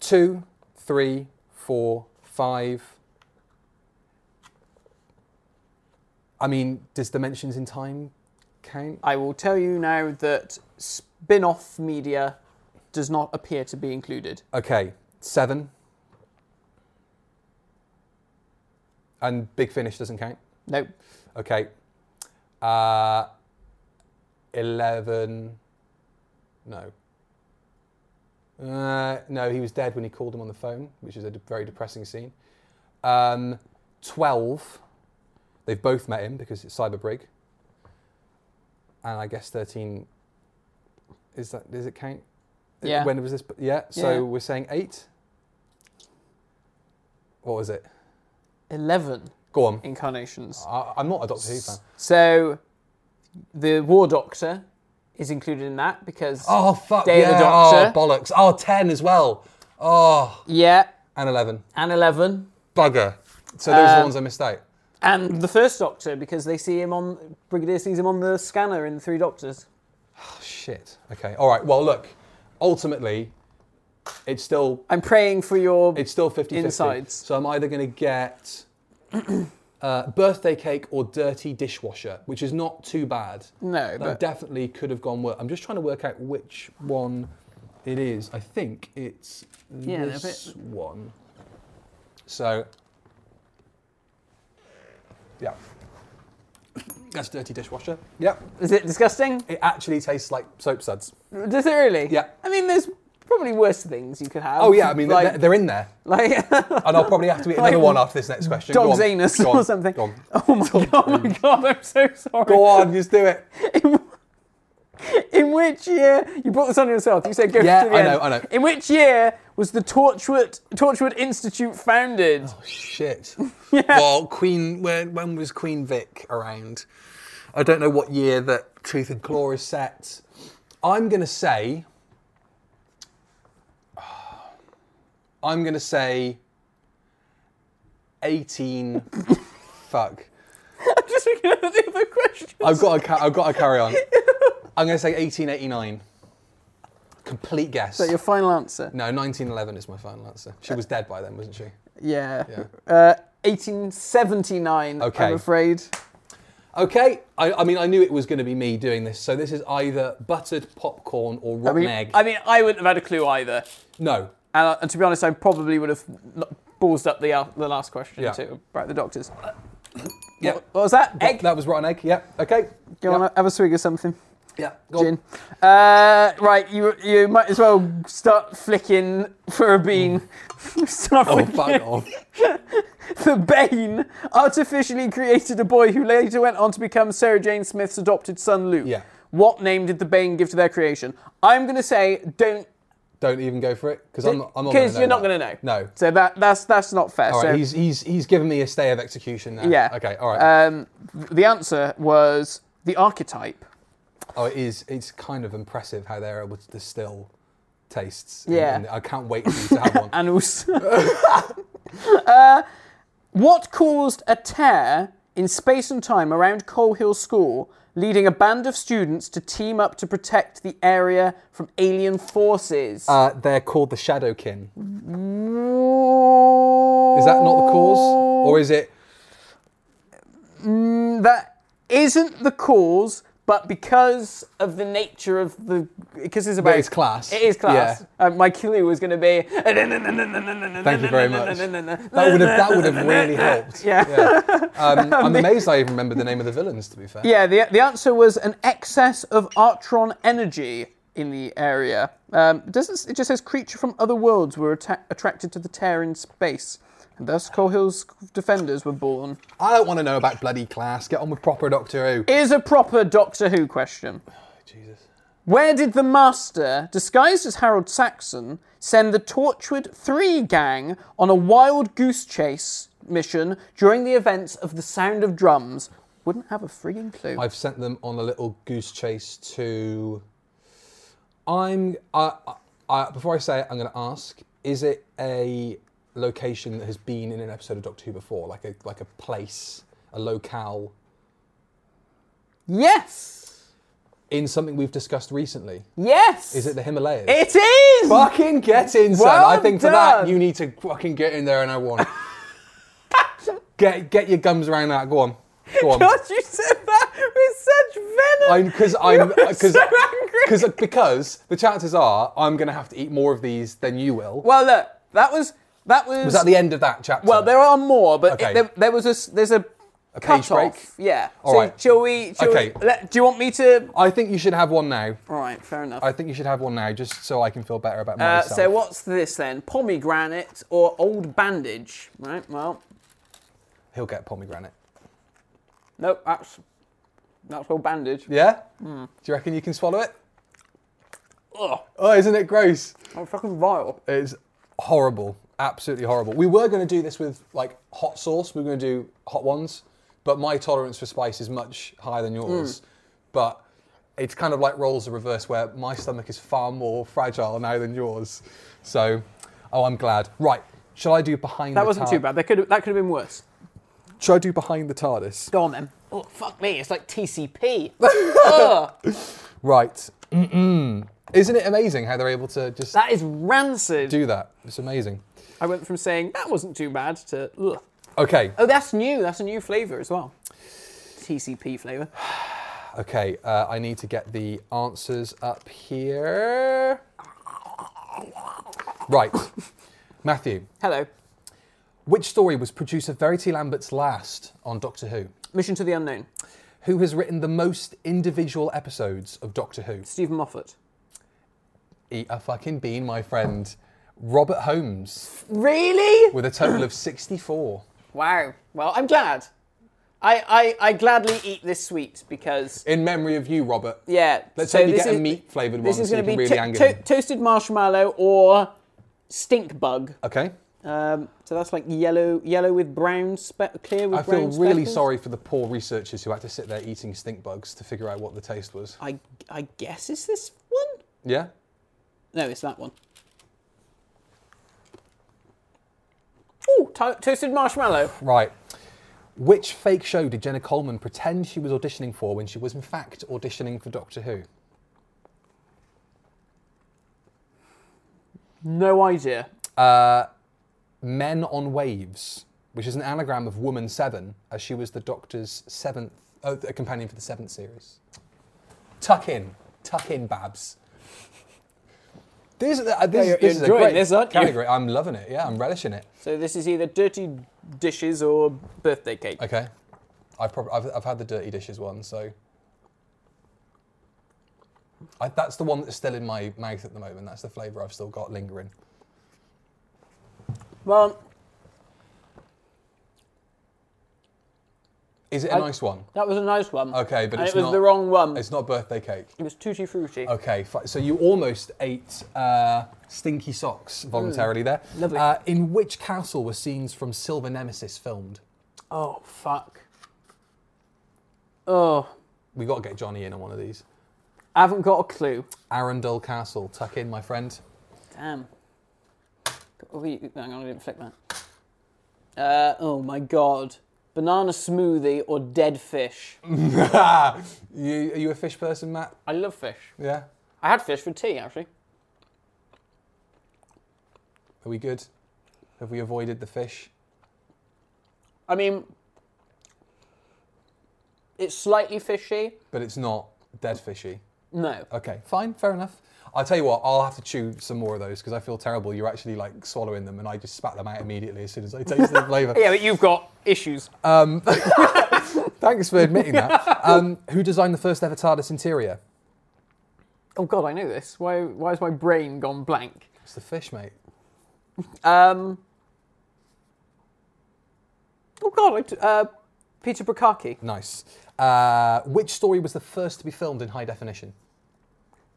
S3: Two, three, four, five. I mean, does dimensions in time count?
S2: I will tell you now that spin off media does not appear to be included.
S3: Okay, seven. And Big Finish doesn't count.
S2: No,
S3: Okay. Uh, 11. No. Uh, no, he was dead when he called him on the phone, which is a de- very depressing scene. Um, 12. They've both met him because it's Cyberbrig. And I guess 13. Is that, does it count?
S2: Yeah.
S3: Uh, When was this? Yeah, so
S2: Yeah.
S3: we're saying 8. What was it?
S2: 11
S3: Go on.
S2: incarnations.
S3: I, I'm not a Doctor Who fan.
S2: So the War Doctor is included in that because.
S3: Oh fuck!
S2: Day of the
S3: yeah.
S2: Doctor.
S3: Oh bollocks! Oh 10 as well. Oh
S2: Yeah,
S3: and eleven.
S2: and 11.
S3: Bugger. So those are the
S2: Um,
S3: ones I missed out.
S2: And the first Doctor because they see him on. Brigadier sees him on the scanner in Three Doctors.
S3: Oh, shit. Okay. All right. Well, look. Ultimately, it's still
S2: I'm praying for your.
S3: it's still 50
S2: Insides.
S3: So I'm either going to get uh, birthday cake or dirty dishwasher, which is not too bad.
S2: No,
S3: that
S2: but-
S3: definitely could have gone worse. I'm just trying to work out which one it is. I think it's
S2: Yeah, they're a
S3: this one. So, yeah. That's dirty dishwasher. Yep.
S2: Is it disgusting?
S3: It actually tastes like soap suds.
S2: Does it really?
S3: Yeah.
S2: I mean, there's probably worse things you could have.
S3: Oh yeah, I mean
S2: like,
S3: they're, they're in there,
S2: like
S3: and I'll probably have to eat another
S2: Like
S3: one after this next question. Go
S2: dog's
S3: on.
S2: anus
S3: Go
S2: or
S3: on.
S2: something.
S3: Go on.
S2: Oh my god! Oh my god! I'm so sorry.
S3: Go on, just do it.
S2: In which year you brought this on yourself? You said go
S3: Yeah,
S2: to the
S3: I
S2: end.
S3: know, I know.
S2: In which year was the Torchwood Torchwood Institute founded?
S3: Oh, Shit. Well, Queen, when, when was Queen Vic around? I don't know what year that Truth and Claw is set. I'm going to say. I'm going to say 18. fuck.
S2: I'm just thinking of the other question.
S3: I've got, to, ca- I've got to carry on. I'm going to say 1889. Complete guess.
S2: Your final answer.
S3: no, 1911 is my final answer. She was dead by then, wasn't she?
S2: Yeah.
S3: Yeah.
S2: Uh, 1879. I'm
S3: Okay.
S2: afraid.
S3: Okay, I, I mean, I knew it was going to be me doing this, so this is either buttered popcorn or
S2: I
S3: rotten
S2: mean,
S3: egg.
S2: I mean, I wouldn't have had a clue either.
S3: no,
S2: And, uh, and to be honest, I probably would have l- ballsed up the uh, the last question
S3: Yeah.
S2: too about the doctors. What,
S3: yeah,
S2: what was that? Egg.
S3: that was rotten egg. Yeah, okay.
S2: Go
S3: yeah.
S2: on, have a swig of something.
S3: Yeah, go on.
S2: Gin. Uh, right, you you might as well start flicking for a bean. start
S3: Oh,
S2: flicking
S3: fuck off.
S2: for Bane. Artificially created a boy who later went on to become Sarah Jane Smith's adopted son, Luke.
S3: Yeah.
S2: What name did the Bane give to their creation? I'm gonna say don't
S3: Don't even go for it because I'm not. I'm not
S2: because
S3: gonna
S2: you're
S3: know
S2: not
S3: that.
S2: gonna know.
S3: No.
S2: So that that's that's not fair.
S3: All right,
S2: so
S3: he's he's he's given me a stay of execution now.
S2: Yeah.
S3: Okay. All right.
S2: um, the answer was the archetype.
S3: oh, it is. It's kind of impressive how they're able to distill tastes. and-
S2: Yeah.
S3: And, I can't wait for you to have one.
S2: and also. uh, what caused a tear in space and time around Coal Hill School, leading a band of students to team up to protect the area from alien forces?
S3: Uh, they're called the Shadowkin.
S2: Ooh,
S3: Is that not the cause, or is it?
S2: that isn't the cause, but because of the nature of the, because it's about
S3: it's class.
S2: It is class.
S3: Yeah.
S2: Um, my clue was going to be.
S3: Thank
S2: Thank
S3: you very much. That would have that would have really helped.
S2: Yeah.
S3: Um, I'm amazed I even remember the name of the villains. To be fair.
S2: Yeah, the, the answer was an excess of Artron energy in the area. Um, it doesn't it just says creature from other worlds were atta- attracted to the tear in space, and thus Coal Hill's defenders were born.
S3: I don't want to know about bloody class. Get on with proper Doctor Who.
S2: Is a proper Doctor Who question.
S3: Oh, Jesus.
S2: Where did the Master, disguised as Harold Saxon, send the Torchwood Three gang on a wild goose chase mission during the events of The Sound of Drums? Wouldn't have a frigging clue.
S3: I've sent them on a little goose chase to. I'm. I, I, I, before I say it, I'm going to ask: Is it a location that has been in an episode of Doctor Who before, like a like a place, a locale?
S2: Yes.
S3: in something we've discussed recently.
S2: Yes.
S3: Is it the Himalayas?
S2: It is.
S3: fucking get in, son.
S2: Well
S3: I think for
S2: done.
S3: that you need to fucking get in there, and I want. get get your gums around that. Go on, go on.
S2: God, you said that with such venom.
S3: I'm because I'm uh,
S2: were
S3: because
S2: so angry.
S3: because uh, because the chances are I'm gonna have to eat more of these than you will.
S2: Well, look, that was that was.
S3: Was that the end of that chapter?
S2: Well, there are more, but
S3: Okay.
S2: it, there, there was a s- there's a,
S3: page
S2: cut-off.
S3: break?
S2: Yeah.
S3: All
S2: so
S3: right.
S2: shall we? Shall
S3: Okay.
S2: We, let, do you want me to?
S3: I think you should have one now.
S2: All right. Fair enough.
S3: I think you should have one now, just so I can feel better about
S2: Uh,
S3: myself.
S2: so what's this then? Pomegranate or old bandage? Right. Well,
S3: He'll get pomegranate.
S2: nope. That's that's old bandage.
S3: Yeah. Do you reckon you can swallow it?
S2: Hmm. Ugh.
S3: Oh, isn't it gross?
S2: Oh, fucking vile.
S3: It's horrible, absolutely horrible. We were going to do this with like hot sauce. We were going to do hot ones, but my tolerance for spice is much higher than
S2: Mm.
S3: yours. But it's kind of like roles the reverse, where my stomach is far more fragile now than yours. So, oh, I'm glad. Right, shall I do behind?
S2: That
S3: the
S2: wasn't
S3: Tar-
S2: too bad. That could that could have been worse.
S3: Shall I do behind the TARDIS?
S2: Go on then. Oh fuck me! It's like TCP.
S3: Right. Mm-mm. Isn't it amazing how they're able to just
S2: that is rancid.
S3: do that? It's amazing.
S2: I went from saying that wasn't too bad to ugh.
S3: Okay,
S2: Oh, that's new. That's a new flavour as well. TCP flavour.
S3: okay. Uh, I need to get the answers up here. Right, Matthew.
S2: Hello.
S3: Which story was producer Verity Lambert's last on Doctor Who?
S2: Mission to the Unknown.
S3: Who has written the most individual episodes of Doctor Who?
S2: Stephen Moffat.
S3: Eat a fucking bean, my friend. Robert Holmes
S2: Really?
S3: with a total of 64.
S2: Wow. Well, I'm glad. I, I, I gladly eat this sweet because
S3: In memory of you, Robert.
S2: yeah.
S3: Let's
S2: so
S3: hope you
S2: this
S3: get a
S2: is-
S3: meat flavoured one
S2: This
S3: so
S2: is
S3: you
S2: going to
S3: can
S2: be
S3: really
S2: to-
S3: anger
S2: to-
S3: him.
S2: toasted marshmallow or stink bug.
S3: Okay.
S2: Um, so that's like yellow yellow with brown spe- clear with
S3: I feel
S2: brown
S3: really
S2: speckles.
S3: sorry for the poor researchers who had to sit there eating stink bugs to figure out what the taste was.
S2: I I guess it's this one.
S3: Yeah?
S2: No, it's that one. Oh, to- toasted marshmallow.
S3: Right. Which fake show did Jenna Coleman pretend she was auditioning for when she was in fact auditioning for Doctor Who?
S2: No idea.
S3: Men on Waves, which is an anagram of Woman Seven, as she was the Doctor's seventh uh, a companion for the seventh series. Tuck in, tuck in, Babs. This, uh, this,
S2: you're
S3: this is a
S2: enjoying
S3: great
S2: this, aren't you?
S3: category. I'm loving it. Yeah, I'm relishing it.
S2: So this is either dirty dishes or birthday cake.
S3: Okay, I've probably I've, I've had the dirty dishes one, so I, that's the one that's still in my mouth at the moment. That's the flavour I've still got lingering.
S2: Well,
S3: Is it a
S2: I-
S3: nice one?
S2: that was a nice one.
S3: Okay, but
S2: and
S3: it's
S2: it was
S3: not-
S2: the wrong one.
S3: It's not birthday cake.
S2: It was tutti frutti.
S3: Okay, fi- so you almost ate uh, stinky socks voluntarily there.
S2: Mm. lovely.
S3: Uh, in which castle were scenes from Silver Nemesis filmed?
S2: Oh fuck. Oh,
S3: We got to get Johnny in on one of these.
S2: I haven't got a clue.
S3: Arundel Castle, tuck in, my friend.
S2: Damn. Oh, wait, hang on, I didn't flick that. Uh, oh my god. Banana smoothie or dead fish?
S3: you, are you a fish person, Matt?
S2: I love fish.
S3: Yeah.
S2: I had fish for tea actually.
S3: Are we good? Have we avoided the fish?
S2: I mean, it's slightly fishy.
S3: But it's not dead fishy.
S2: No.
S3: Okay, fine, fair enough. I'll tell you what, I'll have to chew some more of those because I feel terrible. You're actually like swallowing them, and I just spat them out immediately as soon as I tasted the flavour.
S2: Yeah, but you've got issues.
S3: Thanks for admitting that. Um, who designed the first ever TARDIS interior?
S2: oh god, I know this. Why? Why has my brain gone blank?
S3: It's the fish, mate.
S2: Um. Oh god, I t- uh, Peter Bukaki.
S3: Nice. Uh, which story was the first to be filmed in high definition?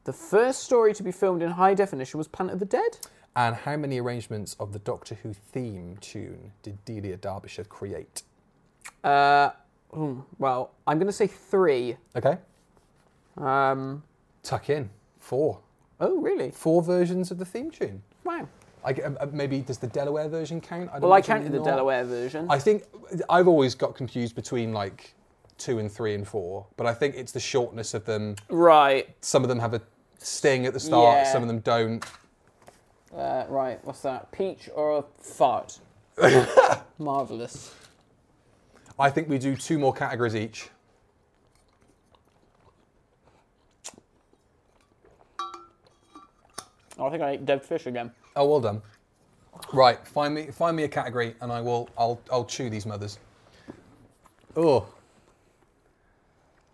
S2: The first story to be filmed in high definition was Planet of the Dead.
S3: And how many arrangements of the Doctor Who theme tune did Delia Derbyshire create?
S2: Uh, hmm, well, I'm going to say three.
S3: Okay.
S2: Um,
S3: Tuck in. Four.
S2: oh, really?
S3: Four versions of the theme tune.
S2: Wow.
S3: I, g- uh, maybe does the Delaware version count?
S2: Well, I
S3: imagine
S2: counted the
S3: not.
S2: Delaware version.
S3: I think I've always got confused between like two and three and four, but I think it's the shortness of them.
S2: Right.
S3: Some of them have a sting at the start,
S2: Yeah.
S3: some of them don't.
S2: Uh, right, what's that? Peach or a fart? Marvellous.
S3: I think we do two more categories each.
S2: Oh, I think I ate dead fish again.
S3: Oh, well done. Right, find me find me a category, and I will I'll I'll chew these mothers. Oh,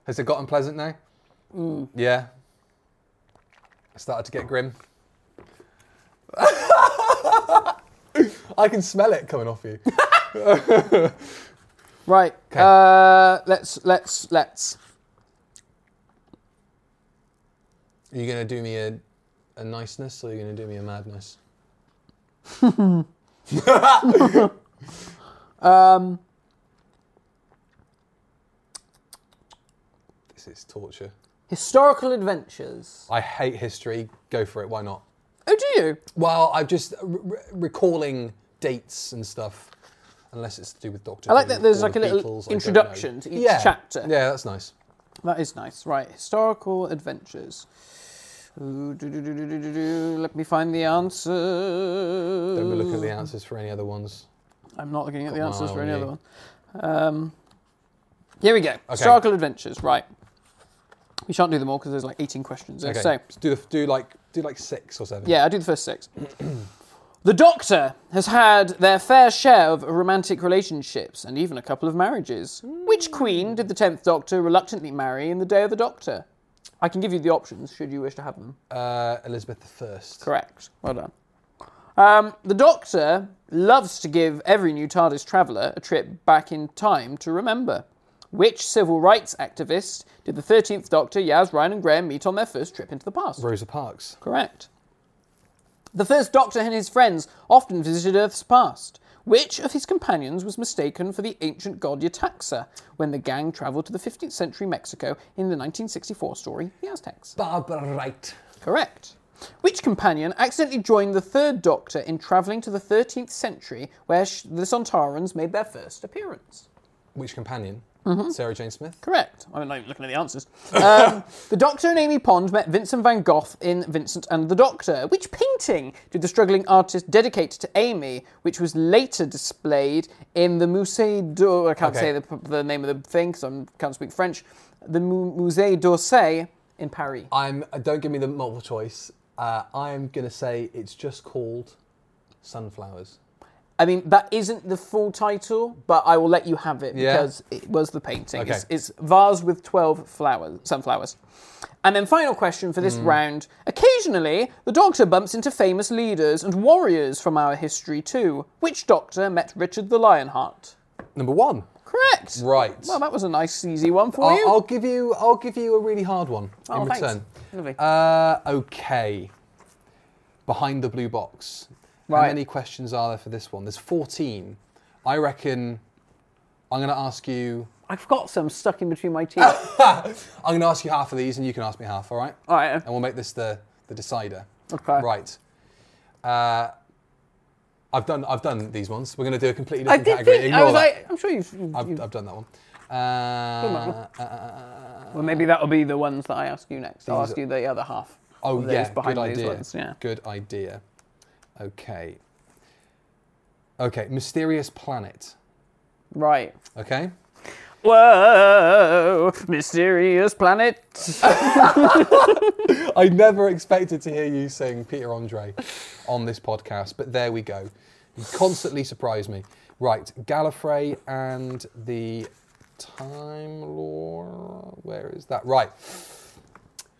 S3: has it gotten pleasant now? Yeah. I started to get grim. I can smell it coming off you.
S2: Right. Uh, let's let's let's.
S3: Are you gonna do me a a niceness, or are you gonna do me a madness?
S2: Um,
S3: This is torture.
S2: historical adventures.
S3: I hate history. Go for it. Why not?
S2: Oh, do you?
S3: Well, I'm just re- re- recalling dates and stuff, unless it's to do with Doctor.
S2: I like
S3: Who
S2: that there's
S3: or
S2: like
S3: the
S2: a little
S3: Beatles, I don't know.
S2: introduction to each
S3: yeah.
S2: chapter.
S3: Yeah, that's nice.
S2: That is nice. Right. Historical adventures. Ooh, do, do, do, do, do, do, do. Let me find the answer.
S3: Don't be looking at the
S2: Mm.
S3: answers for any other ones.
S2: I'm not looking at the
S3: Got my
S2: answers
S3: eye
S2: for
S3: on
S2: any
S3: you.
S2: other one. Um, here we go. Historical adventures. Right. We shan't do them all because there's like 18 questions there.
S3: Okay,
S2: So,
S3: just do the, do like do like six or seven.
S2: yeah, I'll do the first six. the Doctor has had their fair share of romantic relationships and even a couple of marriages. Which queen did the 10th Doctor reluctantly marry in The Day of the Doctor? I can give you the options should you wish to have them.
S3: Uh, Elizabeth the First.
S2: Correct. Well done. Um, the Doctor loves to give every new TARDIS traveller a trip back in time to remember. Which civil rights activist did the 13th Doctor, Yaz, Ryan, and Graham meet on their first trip into the past?
S3: Rosa Parks.
S2: Correct. The first Doctor and his friends often visited Earth's past. Which of his companions was mistaken for the ancient god Yataxa when the gang travelled to the 15th century Mexico in the 1964 story The Aztecs?
S3: Barbara Wright.
S2: Correct. Which companion accidentally joined the third Doctor in travelling to the 13th century where sh- the Sontarans made their first appearance?
S3: Which companion?
S2: Mm-hmm.
S3: Sarah Jane Smith.
S2: Correct. I'm not even looking at the answers. Um, the Doctor and Amy Pond met Vincent van Gogh in Vincent and the Doctor. Which painting did the struggling artist dedicate to Amy, which was later displayed in the Musée d'Or? I can't
S3: Okay.
S2: say the, p- the name of the thing because I can't speak French. The Mu- Musée d'Orsay in Paris.
S3: I'm. uh, Don't give me the multiple choice. Uh, I'm gonna say it's just called sunflowers.
S2: I mean, that isn't the full title, but I will let you have it
S3: Yeah.
S2: because it was the painting.
S3: Okay.
S2: It's, it's Vase with 12 flowers, sunflowers. And then, final question for this
S3: Mm.
S2: round. Occasionally, the Doctor bumps into famous leaders and warriors from our history, too. Which Doctor met Richard the Lionheart?
S3: Number one.
S2: Correct.
S3: Right.
S2: Well, that was a nice, easy one for you.
S3: I'll, I'll give you. I'll give you a really hard one
S2: Oh,
S3: in
S2: thanks.
S3: return.
S2: Lovely.
S3: Uh, okay. Behind the blue box. How
S2: Right.
S3: many questions are there for this one? There's 14. I reckon. I'm going to ask you.
S2: I've got some stuck in between my teeth.
S3: I'm going to ask you half of these, and you can ask me half. All right.
S2: All right.
S3: And we'll make this the the decider.
S2: Okay.
S3: Right. Uh, I've done. I've done these ones. We're going to do a completely
S2: I
S3: different
S2: did
S3: category.
S2: think, I
S3: Ignore
S2: was
S3: that.
S2: like, I'm sure you've. you
S3: I've, I've done that one. Uh, uh, uh,
S2: well, maybe that'll be the ones that I ask you next. I'll
S3: These
S2: ask you the other half.
S3: Oh
S2: of those
S3: yeah,
S2: behind
S3: good
S2: these
S3: idea.
S2: ones, yeah.
S3: Good idea. Okay. Okay, mysterious planet.
S2: Right.
S3: Okay.
S2: Whoa, mysterious planet.
S3: I never expected to hear you sing Peter Andre on this podcast, but there we go. You constantly surprise me. Right, Gallifrey and the Time Lord. Where is that? Right.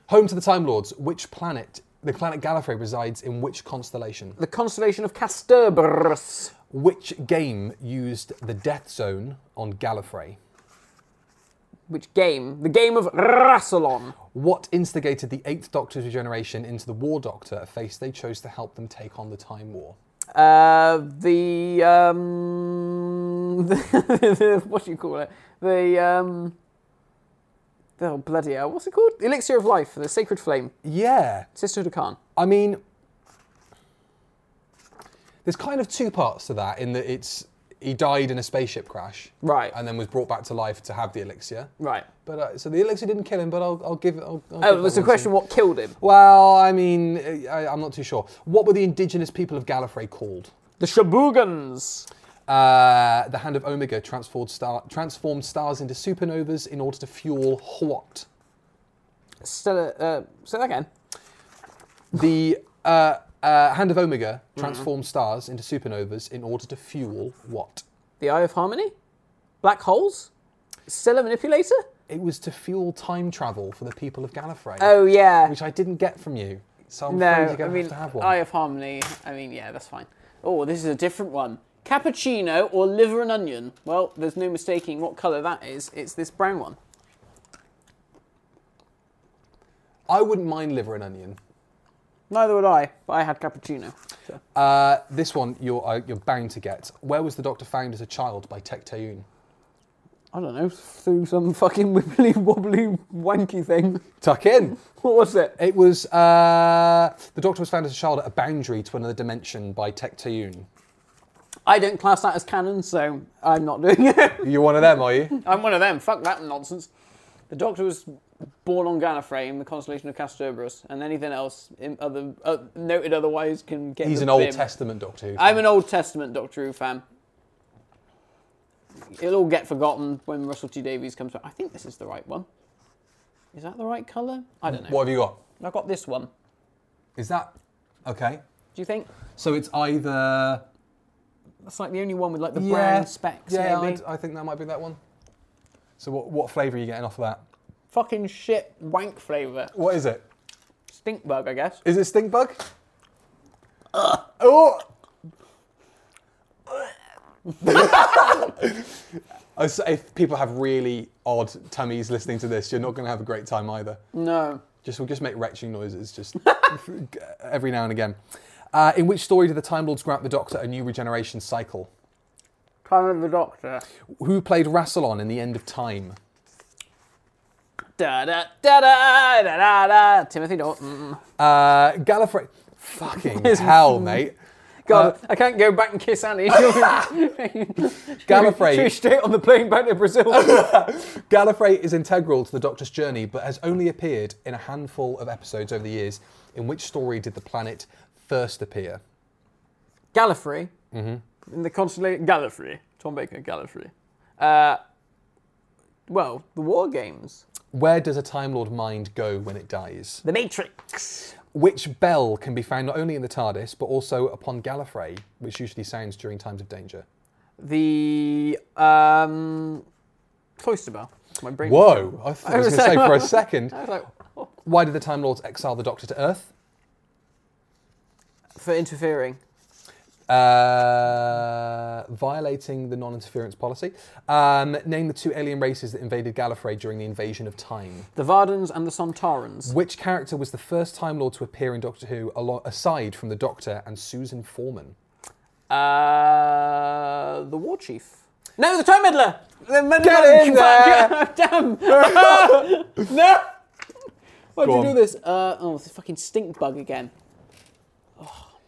S3: Home to the Time Lords. Which planet? The planet Gallifrey resides in which constellation?
S2: the constellation of Casterbrus.
S3: Which game used the Death Zone on Gallifrey?
S2: Which game? The game of Rassilon.
S3: What instigated the Eighth Doctor's regeneration into the War Doctor, a face they chose to help them take on the Time War?
S2: Uh, the um, the, what do you call it? The um, oh bloody hell! What's it called? The elixir of life, the sacred flame,
S3: Yeah,
S2: Sisterhood of Khan.
S3: I mean, there's kind of two parts to that in that it's he died in a spaceship crash,
S2: Right.
S3: and then was brought back to life to have the elixir.
S2: Right.
S3: But uh, so the elixir didn't kill him, but I'll, I'll give. I'll, I'll
S2: Oh,
S3: give
S2: it was the
S3: that one to
S2: question
S3: you.
S2: what killed him?
S3: Well, I mean, uh, I, I'm not too sure. What were the indigenous people of Gallifrey called?
S2: The Shabugans.
S3: Uh, the hand of Omega transformed, star, transformed stars into supernovas in order to fuel what?
S2: Still, uh, say that again.
S3: The uh, uh, hand of Omega
S2: Mm-hmm.
S3: transformed stars into supernovas in order to fuel what?
S2: The Eye of Harmony? Black holes? Stellar manipulator?
S3: It was to fuel time travel for the people of Gallifrey,
S2: Oh yeah.
S3: which I didn't get from you. So I'm
S2: no,
S3: afraid you're
S2: I
S3: going
S2: mean
S3: to have to have
S2: Eye
S3: one.
S2: of Harmony. I mean, yeah, that's fine. Oh, this is a different one. Cappuccino or liver and onion? Well, there's no mistaking what colour that is. It's this brown one.
S3: I wouldn't mind liver and onion.
S2: Neither would I, but I had cappuccino. So-
S3: Uh, this one you're, uh, you're bound to get. Where was the Doctor found as a child by Tectayun?
S2: I don't know, through some fucking wibbly wobbly wanky thing.
S3: Tuck in.
S2: What was it?
S3: It was uh, the Doctor was found as a child at a boundary to another dimension by Tectayun.
S2: I don't class that as canon, so I'm not doing it.
S3: You're one of them, are you?
S2: I'm one of them. Fuck that nonsense. The Doctor was born on Gallifrey in the constellation of Castorberus, and anything else in other uh, noted otherwise can get.
S3: He's
S2: the
S3: an Old
S2: bim.
S3: Testament Doctor. Who fan.
S2: I'm an Old Testament Doctor Who fan. It'll all get forgotten when Russell T Davies comes back. I think this is the right one. Is that the right colour? I don't know.
S3: What have you got?
S2: I got this one. Do
S3: Is that okay?
S2: you think
S3: So it's either
S2: that's like the only one with like the brown specks?
S3: Yeah, uh,
S2: maybe.
S3: I'd- I think that might be that one. So what, what flavour are you getting off of that?
S2: Fucking shit, wank flavour.
S3: What is it?
S2: Stink bug, I guess.
S3: Is it stink bug? Oh. I s- if people have really odd tummies listening to this, you're not going to have a great time either.
S2: No.
S3: Just we'll just make retching noises just every now and again. Uh, in which story do the Time Lords grant the Doctor a new regeneration cycle?
S2: Colour of the Doctor.
S3: Who played Rassilon in the End of Time?
S2: Da da da da da da da. Timothy Dalton.
S3: Uh, Gallifrey. Fucking hell, mate.
S2: God, I can't go back and kiss Annie. Gallifrey.
S3: Gallifrey.
S2: She was straight on the plane back to Brazil.
S3: Gallifrey is integral to the Doctor's journey, but has only appeared in a handful of episodes over the years. In which story did the planet first appear?
S2: Gallifrey. Mm-hmm. In the constellation Gallifrey. Tom Baker Gallifrey. Uh, well, the War Games.
S3: Where does a Time Lord mind go when it dies?
S2: The Matrix.
S3: Which bell can be found not only in the TARDIS, but also upon Gallifrey, which usually sounds during times of danger?
S2: The um, Cloister Bell. My brain.
S3: Whoa! I thought I was
S2: was
S3: going to say
S2: like-
S3: for a second.
S2: I was like, oh.
S3: Why did the Time Lords exile the Doctor to Earth?
S2: for interfering.
S3: Uh, violating the non-interference policy. Um, name the two alien races that invaded Gallifrey during the invasion of time.
S2: The Vardens and the Sontarans.
S3: Which character was the first Time Lord to appear in Doctor Who, alo- aside from the Doctor and Susan Foreman?
S2: Uh, the war chief. No, the time meddler. The meddler.
S3: Get in there!
S2: Damn. no. Why did
S3: Go
S2: you
S3: on.
S2: do this? Uh, oh, it's a fucking stink bug again.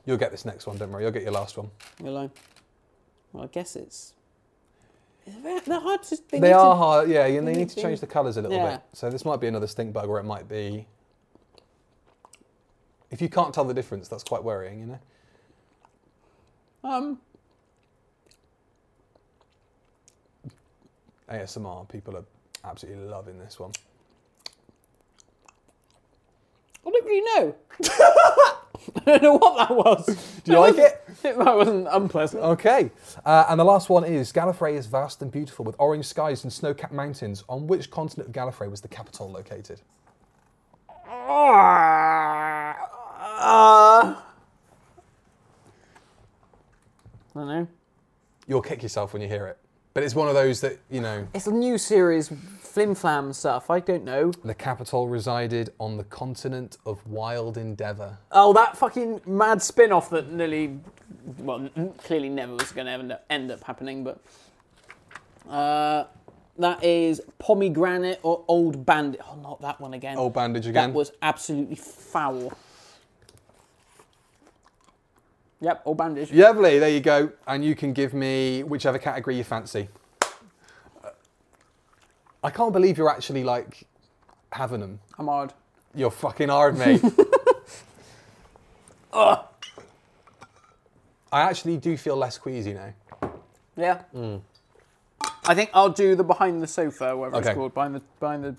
S3: You'll get this next one, don't worry. You'll get your last one.
S2: You're like, well, I guess it's. Is it very- They're hard to. They,
S3: They
S2: need
S3: are
S2: to-
S3: hard, yeah. You they
S2: need
S3: need to
S2: to-
S3: change the colours a little
S2: Yeah.
S3: bit. So this might be another stink bug, or it might be. If you can't tell the difference, that's quite worrying, you know.
S2: Um,
S3: ASMR people are absolutely loving this one.
S2: I don't really know. I don't know what that was.
S3: Do you like it?
S2: It wasn't unpleasant.
S3: Okay, uh, and the last one is Gallifrey is vast and beautiful with orange skies and snow-capped mountains. On which continent of Gallifrey was the capital located?
S2: Ah. Uh, I don't know.
S3: You'll kick yourself when you hear it, but it's one of those that you know.
S2: It's a new series, flim flam stuff. I don't know.
S3: The capital resided on the continent of Wild Endeavour.
S2: Oh, that fucking mad spin off that nearly, well, n- clearly never was going to end up, end up happening, but. Uh, that is Pomegranate or Old Bandit. Oh, not that one again.
S3: Old bandage again.
S2: That was absolutely foul. Yep, all bandaged.
S3: Lovely, there you go. And you can give me whichever category you fancy. Uh, I can't believe you're actually like having them.
S2: I'm hard.
S3: You're fucking hard, mate. I actually do feel less queasy now.
S2: Yeah.
S3: Mm.
S2: I think I'll do the behind the sofa, whatever
S3: Okay.
S2: it's called, behind the behind the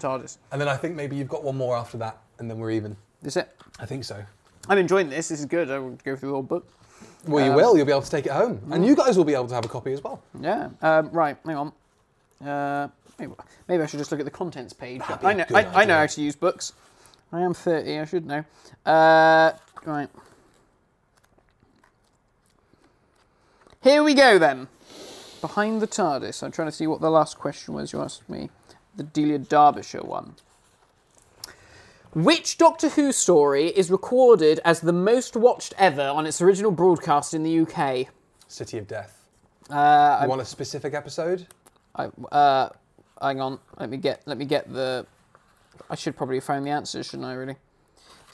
S2: TARDIS.
S3: And then I think maybe you've got one more after that, and then we're even.
S2: Is it?
S3: I think so.
S2: I'm enjoying this. This is good. I will go through the whole book.
S3: Well, you
S2: Um,
S3: will. You'll be able to take it home, and you guys will be able to have a copy as well.
S2: Yeah. Um, right. Hang on. Uh, maybe, maybe I should just look at the contents page.
S3: be
S2: I
S3: a
S2: know.
S3: good
S2: I, I know
S3: idea.
S2: how to use books. I am thirty. I should know. Uh, right. Here we go then. Behind the TARDIS. I'm trying to see what the last question was you asked me. The Delia Derbyshire one. Which Doctor Who story is recorded as the most watched ever on its original broadcast in the UK?
S3: City of Death.
S2: Uh,
S3: You want a specific episode?
S2: I uh, hang on. Let me get. Let me get the. I should probably find the answer, shouldn't I? Really.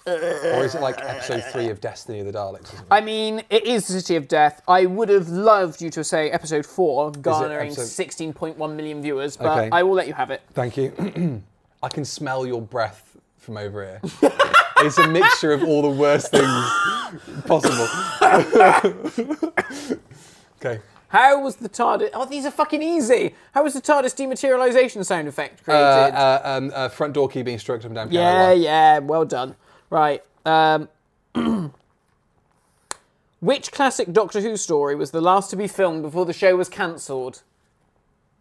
S3: Or is it like episode three of Destiny of the Daleks? isn't it?
S2: I mean, it is the City of Death. I would have loved you to say episode four, garnering
S3: episode-
S2: sixteen point one million viewers, but
S3: Okay.
S2: I will let you have it.
S3: Thank you. I can smell your breath from over here. it's a mixture of all the worst things possible. okay.
S2: How was the TARDIS? Oh, these are fucking easy. How was the TARDIS dematerialization sound effect
S3: Uh,
S2: created?
S3: uh, um, uh, front door key being stroked up and down. piano
S2: Yeah,
S3: wire.
S2: yeah, well done. Right. Um, which classic Doctor Who story was the last to be filmed before the show was cancelled?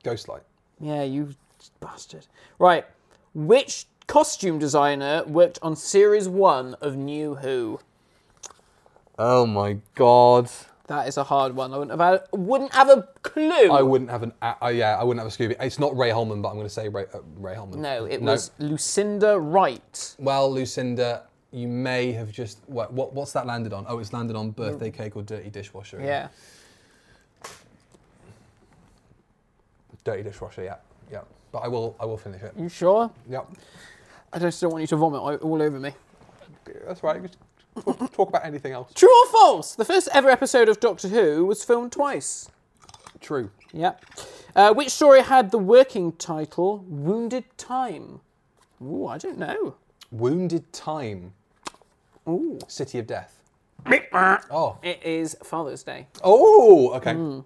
S3: Ghostlight.
S2: Yeah, you bastard. Right. Which costume designer worked on series one of New Who?
S3: Oh my god.
S2: That is a hard one. I wouldn't have, had, wouldn't have a clue.
S3: I wouldn't have an. Uh, uh, yeah, I wouldn't have a Scooby. It's not Ray Holman, but I'm going to say Ray, uh, Ray Holman.
S2: no, it was Lucinda Wright.
S3: Well, Lucinda, you may have just. What, what, what's that landed on? Oh, it's landed on birthday cake or dirty dishwasher.
S2: Mm. Yeah.
S3: Dirty dishwasher. Yeah. Yeah. But I will. I will finish it.
S2: You sure?
S3: Yeah.
S2: I just don't want you to vomit all- all over me.
S3: That's right. Just talk, talk about anything else.
S2: True or false? The first ever episode of Doctor Who was filmed twice.
S3: True.
S2: Yeah. Uh, which story had the working title Wounded Time? Ooh, I don't know.
S3: Wounded time. Ooh. City of death. oh.
S2: It is Father's Day.
S3: Oh. Okay.
S2: Hmm.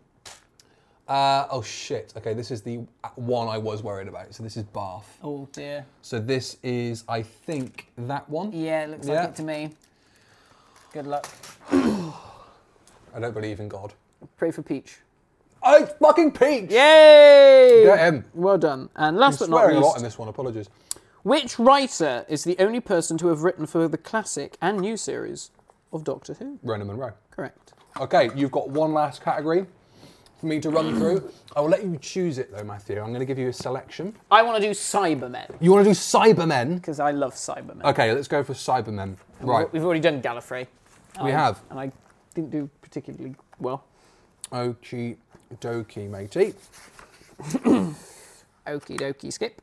S3: Uh, oh shit. Okay, this is the one I was worried about. So this is Bath.
S2: Oh dear.
S3: So this is, I think, that one.
S2: Yeah, it looks
S3: Yeah.
S2: like it to me. Good luck.
S3: I don't believe in God.
S2: Pray for Peach.
S3: Oh, it's fucking Peach!
S2: Yay!
S3: Get him.
S2: Well done. And last
S3: I'm
S2: but not
S3: swearing a lot
S2: least,
S3: in this one. Apologies.
S2: which writer is the only person to have written for the classic and new series of Doctor Who?
S3: Ronan Monroe.
S2: Correct.
S3: Okay, you've got one last category for me to run through. I will let you choose it though, Matthew. I'm going to give you a selection.
S2: I want to do Cybermen
S3: You want to do Cybermen?
S2: because I love Cybermen.
S3: Okay, let's go for Cybermen. Right,
S2: We've already done Gallifrey.
S3: we have.
S2: and I didn't do particularly well.
S3: Okie dokie, matey.
S2: Okie dokie, skip.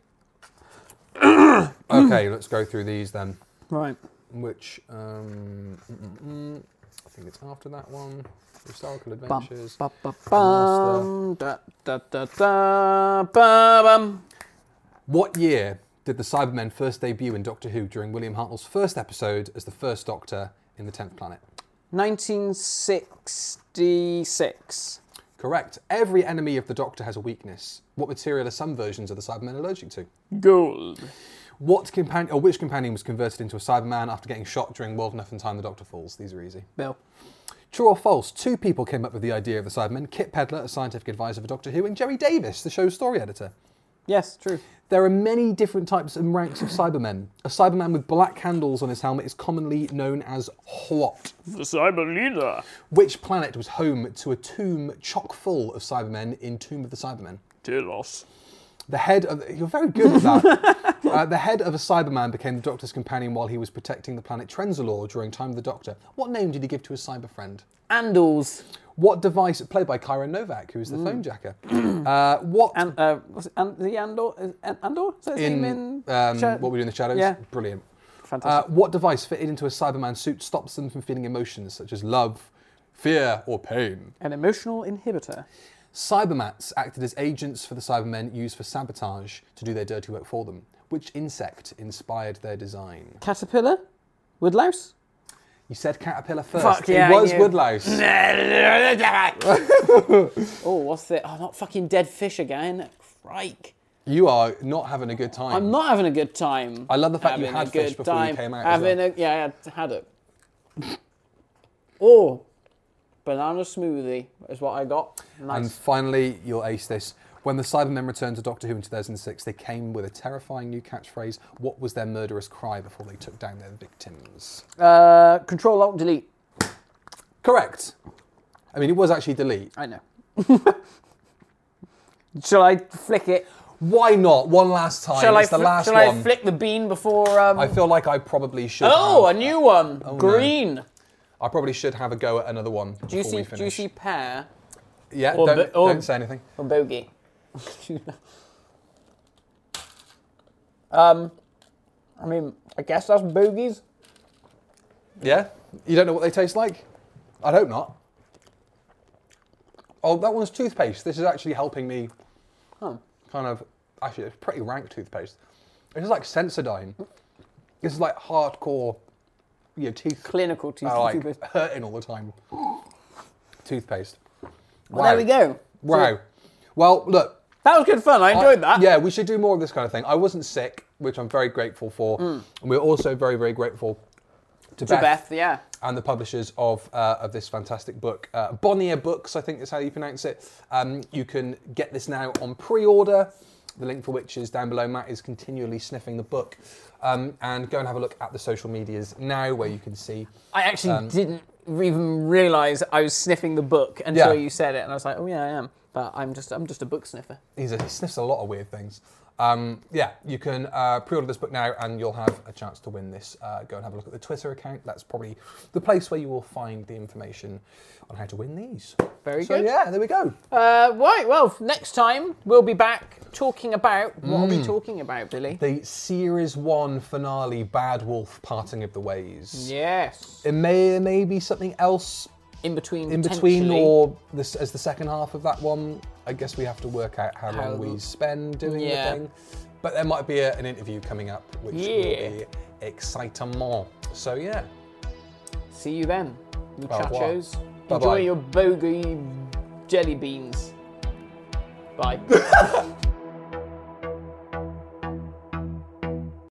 S3: Okay, let's go through these then.
S2: Right.
S3: Which, um, mm, mm, mm. I think it's after that one. Historical
S2: Bum,
S3: Adventures.
S2: bum, bum, bum, da, da, da, da, ba, bum.
S3: What year did the Cybermen first debut in Doctor Who during William Hartnell's first episode as the first Doctor in the 10th planet?
S2: 1966.
S3: Correct. Every enemy of the Doctor has a weakness. What material are some versions of the Cybermen allergic to?
S2: Gold.
S3: What companion or which companion was converted into a Cyberman after getting shot during World Enough and Time the Doctor Falls? These are easy.
S2: Bill.
S3: True or false? Two people came up with the idea of the Cybermen: Kit Pedler, a scientific advisor for Doctor Who, and Jerry Davis, the show's story editor.
S2: Yes, true.
S3: There are many different types and ranks of Cybermen. A Cyberman with black handles on his helmet is commonly known as Huot.
S1: The cyber leader.
S3: Which planet was home to a tomb chock full of Cybermen in Tomb of the Cybermen?
S1: Telos.
S3: The head of you're very good at that. uh, the head of a Cyberman became the Doctor's companion while he was protecting the planet Trenzalore during Time of the Doctor. What name did he give to his cyber friend?
S2: Andals.
S3: What device, played by Kyra Novak, who is the phone jacker? uh, what
S2: Mm. And, uh, was it and, the Andor? Is, An- Andor? Is that his name in?
S3: um,
S2: Sha-
S3: what we do in the shadows?
S2: Yeah.
S3: Brilliant. Uh,
S2: Fantastic.
S3: what device fitted into a Cyberman suit stops them from feeling emotions such as love, fear, or pain?
S2: An emotional inhibitor.
S3: Cybermats acted as agents for the Cybermen used for sabotage to do their dirty work for them. Which insect inspired their design?
S2: Caterpillar? Woodlouse?
S3: You said caterpillar first.
S2: Fuck yeah,
S3: it
S2: I
S3: was
S2: knew.
S3: woodlouse.
S2: Oh, what's the. Oh, not fucking dead fish again. Crike.
S3: You are not having a good time.
S2: I'm not having a good time.
S3: I love the fact you
S2: Having a
S3: had fish
S2: good
S3: before you
S2: time.
S3: came out as
S2: Having
S3: well.
S2: a, yeah, I had, had it. oh, banana smoothie is what I got. Nice.
S3: And finally, you'll ace this. When the Cybermen returned to Doctor Who in 2006, they came with a terrifying new catchphrase. What was their murderous cry before they took down their victims?
S2: Uh, control Alt Delete.
S3: Correct. I mean, it was actually delete.
S2: I know. shall I flick it?
S3: Why not? One last time.
S2: Shall I?
S3: it's the
S2: fli-
S3: last
S2: shall
S3: one.
S2: I flick the bean before? Um...
S3: I feel like I probably should.
S2: oh, a
S3: have,
S2: new one.
S3: no.
S2: Green.
S3: I probably should have a go at another one before we
S2: Juicy,
S3: finish.
S2: juicy pear
S3: Yeah,
S2: or
S3: don't,
S2: bi- or-
S3: don't say anything.
S2: or bogey. um, I mean, I guess that's bogies.
S3: Yeah, you don't know what they taste like. I hope not. Oh, that one's toothpaste. This is actually helping me. Kind of. Actually, it's pretty rank toothpaste. This is like Sensodyne. This is like hardcore. Your teeth
S2: Clinical teeth.
S3: are like
S2: toothpaste.
S3: hurting all the time. Toothpaste.
S2: Well, there we go.
S3: Wow. Well, look.
S2: That was good fun. I enjoyed
S3: I-
S2: that.
S3: Yeah, we should do more of this kind of thing. I wasn't sick, which I'm very grateful for, and we're also very, very grateful to,
S2: Mm. To
S3: Beth,
S2: Beth, yeah.
S3: and the publishers of uh, of this fantastic book, uh, Bonnier Books. I think is how you pronounce it. Um, you can get this now on pre-order. The link for which is down below. Matt is continually sniffing the book, um, and go and have a look at the social medias now, where you can see.
S2: I actually
S3: Um,
S2: didn't even realise I was sniffing the book until
S3: Yeah.
S2: you said it, and I was like, oh yeah, I am. But I'm just, I'm just a book sniffer.
S3: he's a, he sniffs a lot of weird things. Um, yeah, you can uh, pre-order this book now, and you'll have a chance to win this. Uh, go and have a look at the Twitter account. That's probably the place where you will find the information on how to win these.
S2: Very
S3: so,
S2: good.
S3: yeah, there we go.
S2: Uh, right. Well, next time we'll be back talking about what
S3: Hmm.
S2: are we talking about, Billy?
S3: The series one finale, Bad Wolf, Parting of the Ways.
S2: Yes.
S3: It may maybe something else
S2: In between.
S3: in between,
S2: potentially.
S3: or this as the second half of that one. I guess we have to work out how,
S2: How-
S3: long we spend doing
S2: Yeah.
S3: the thing. But there might be a, an interview coming up, which will
S2: Yeah.
S3: be excitement. So yeah,
S2: See you then, muchachos.
S3: Bye-bye.
S2: Enjoy your bogey jelly beans. Bye.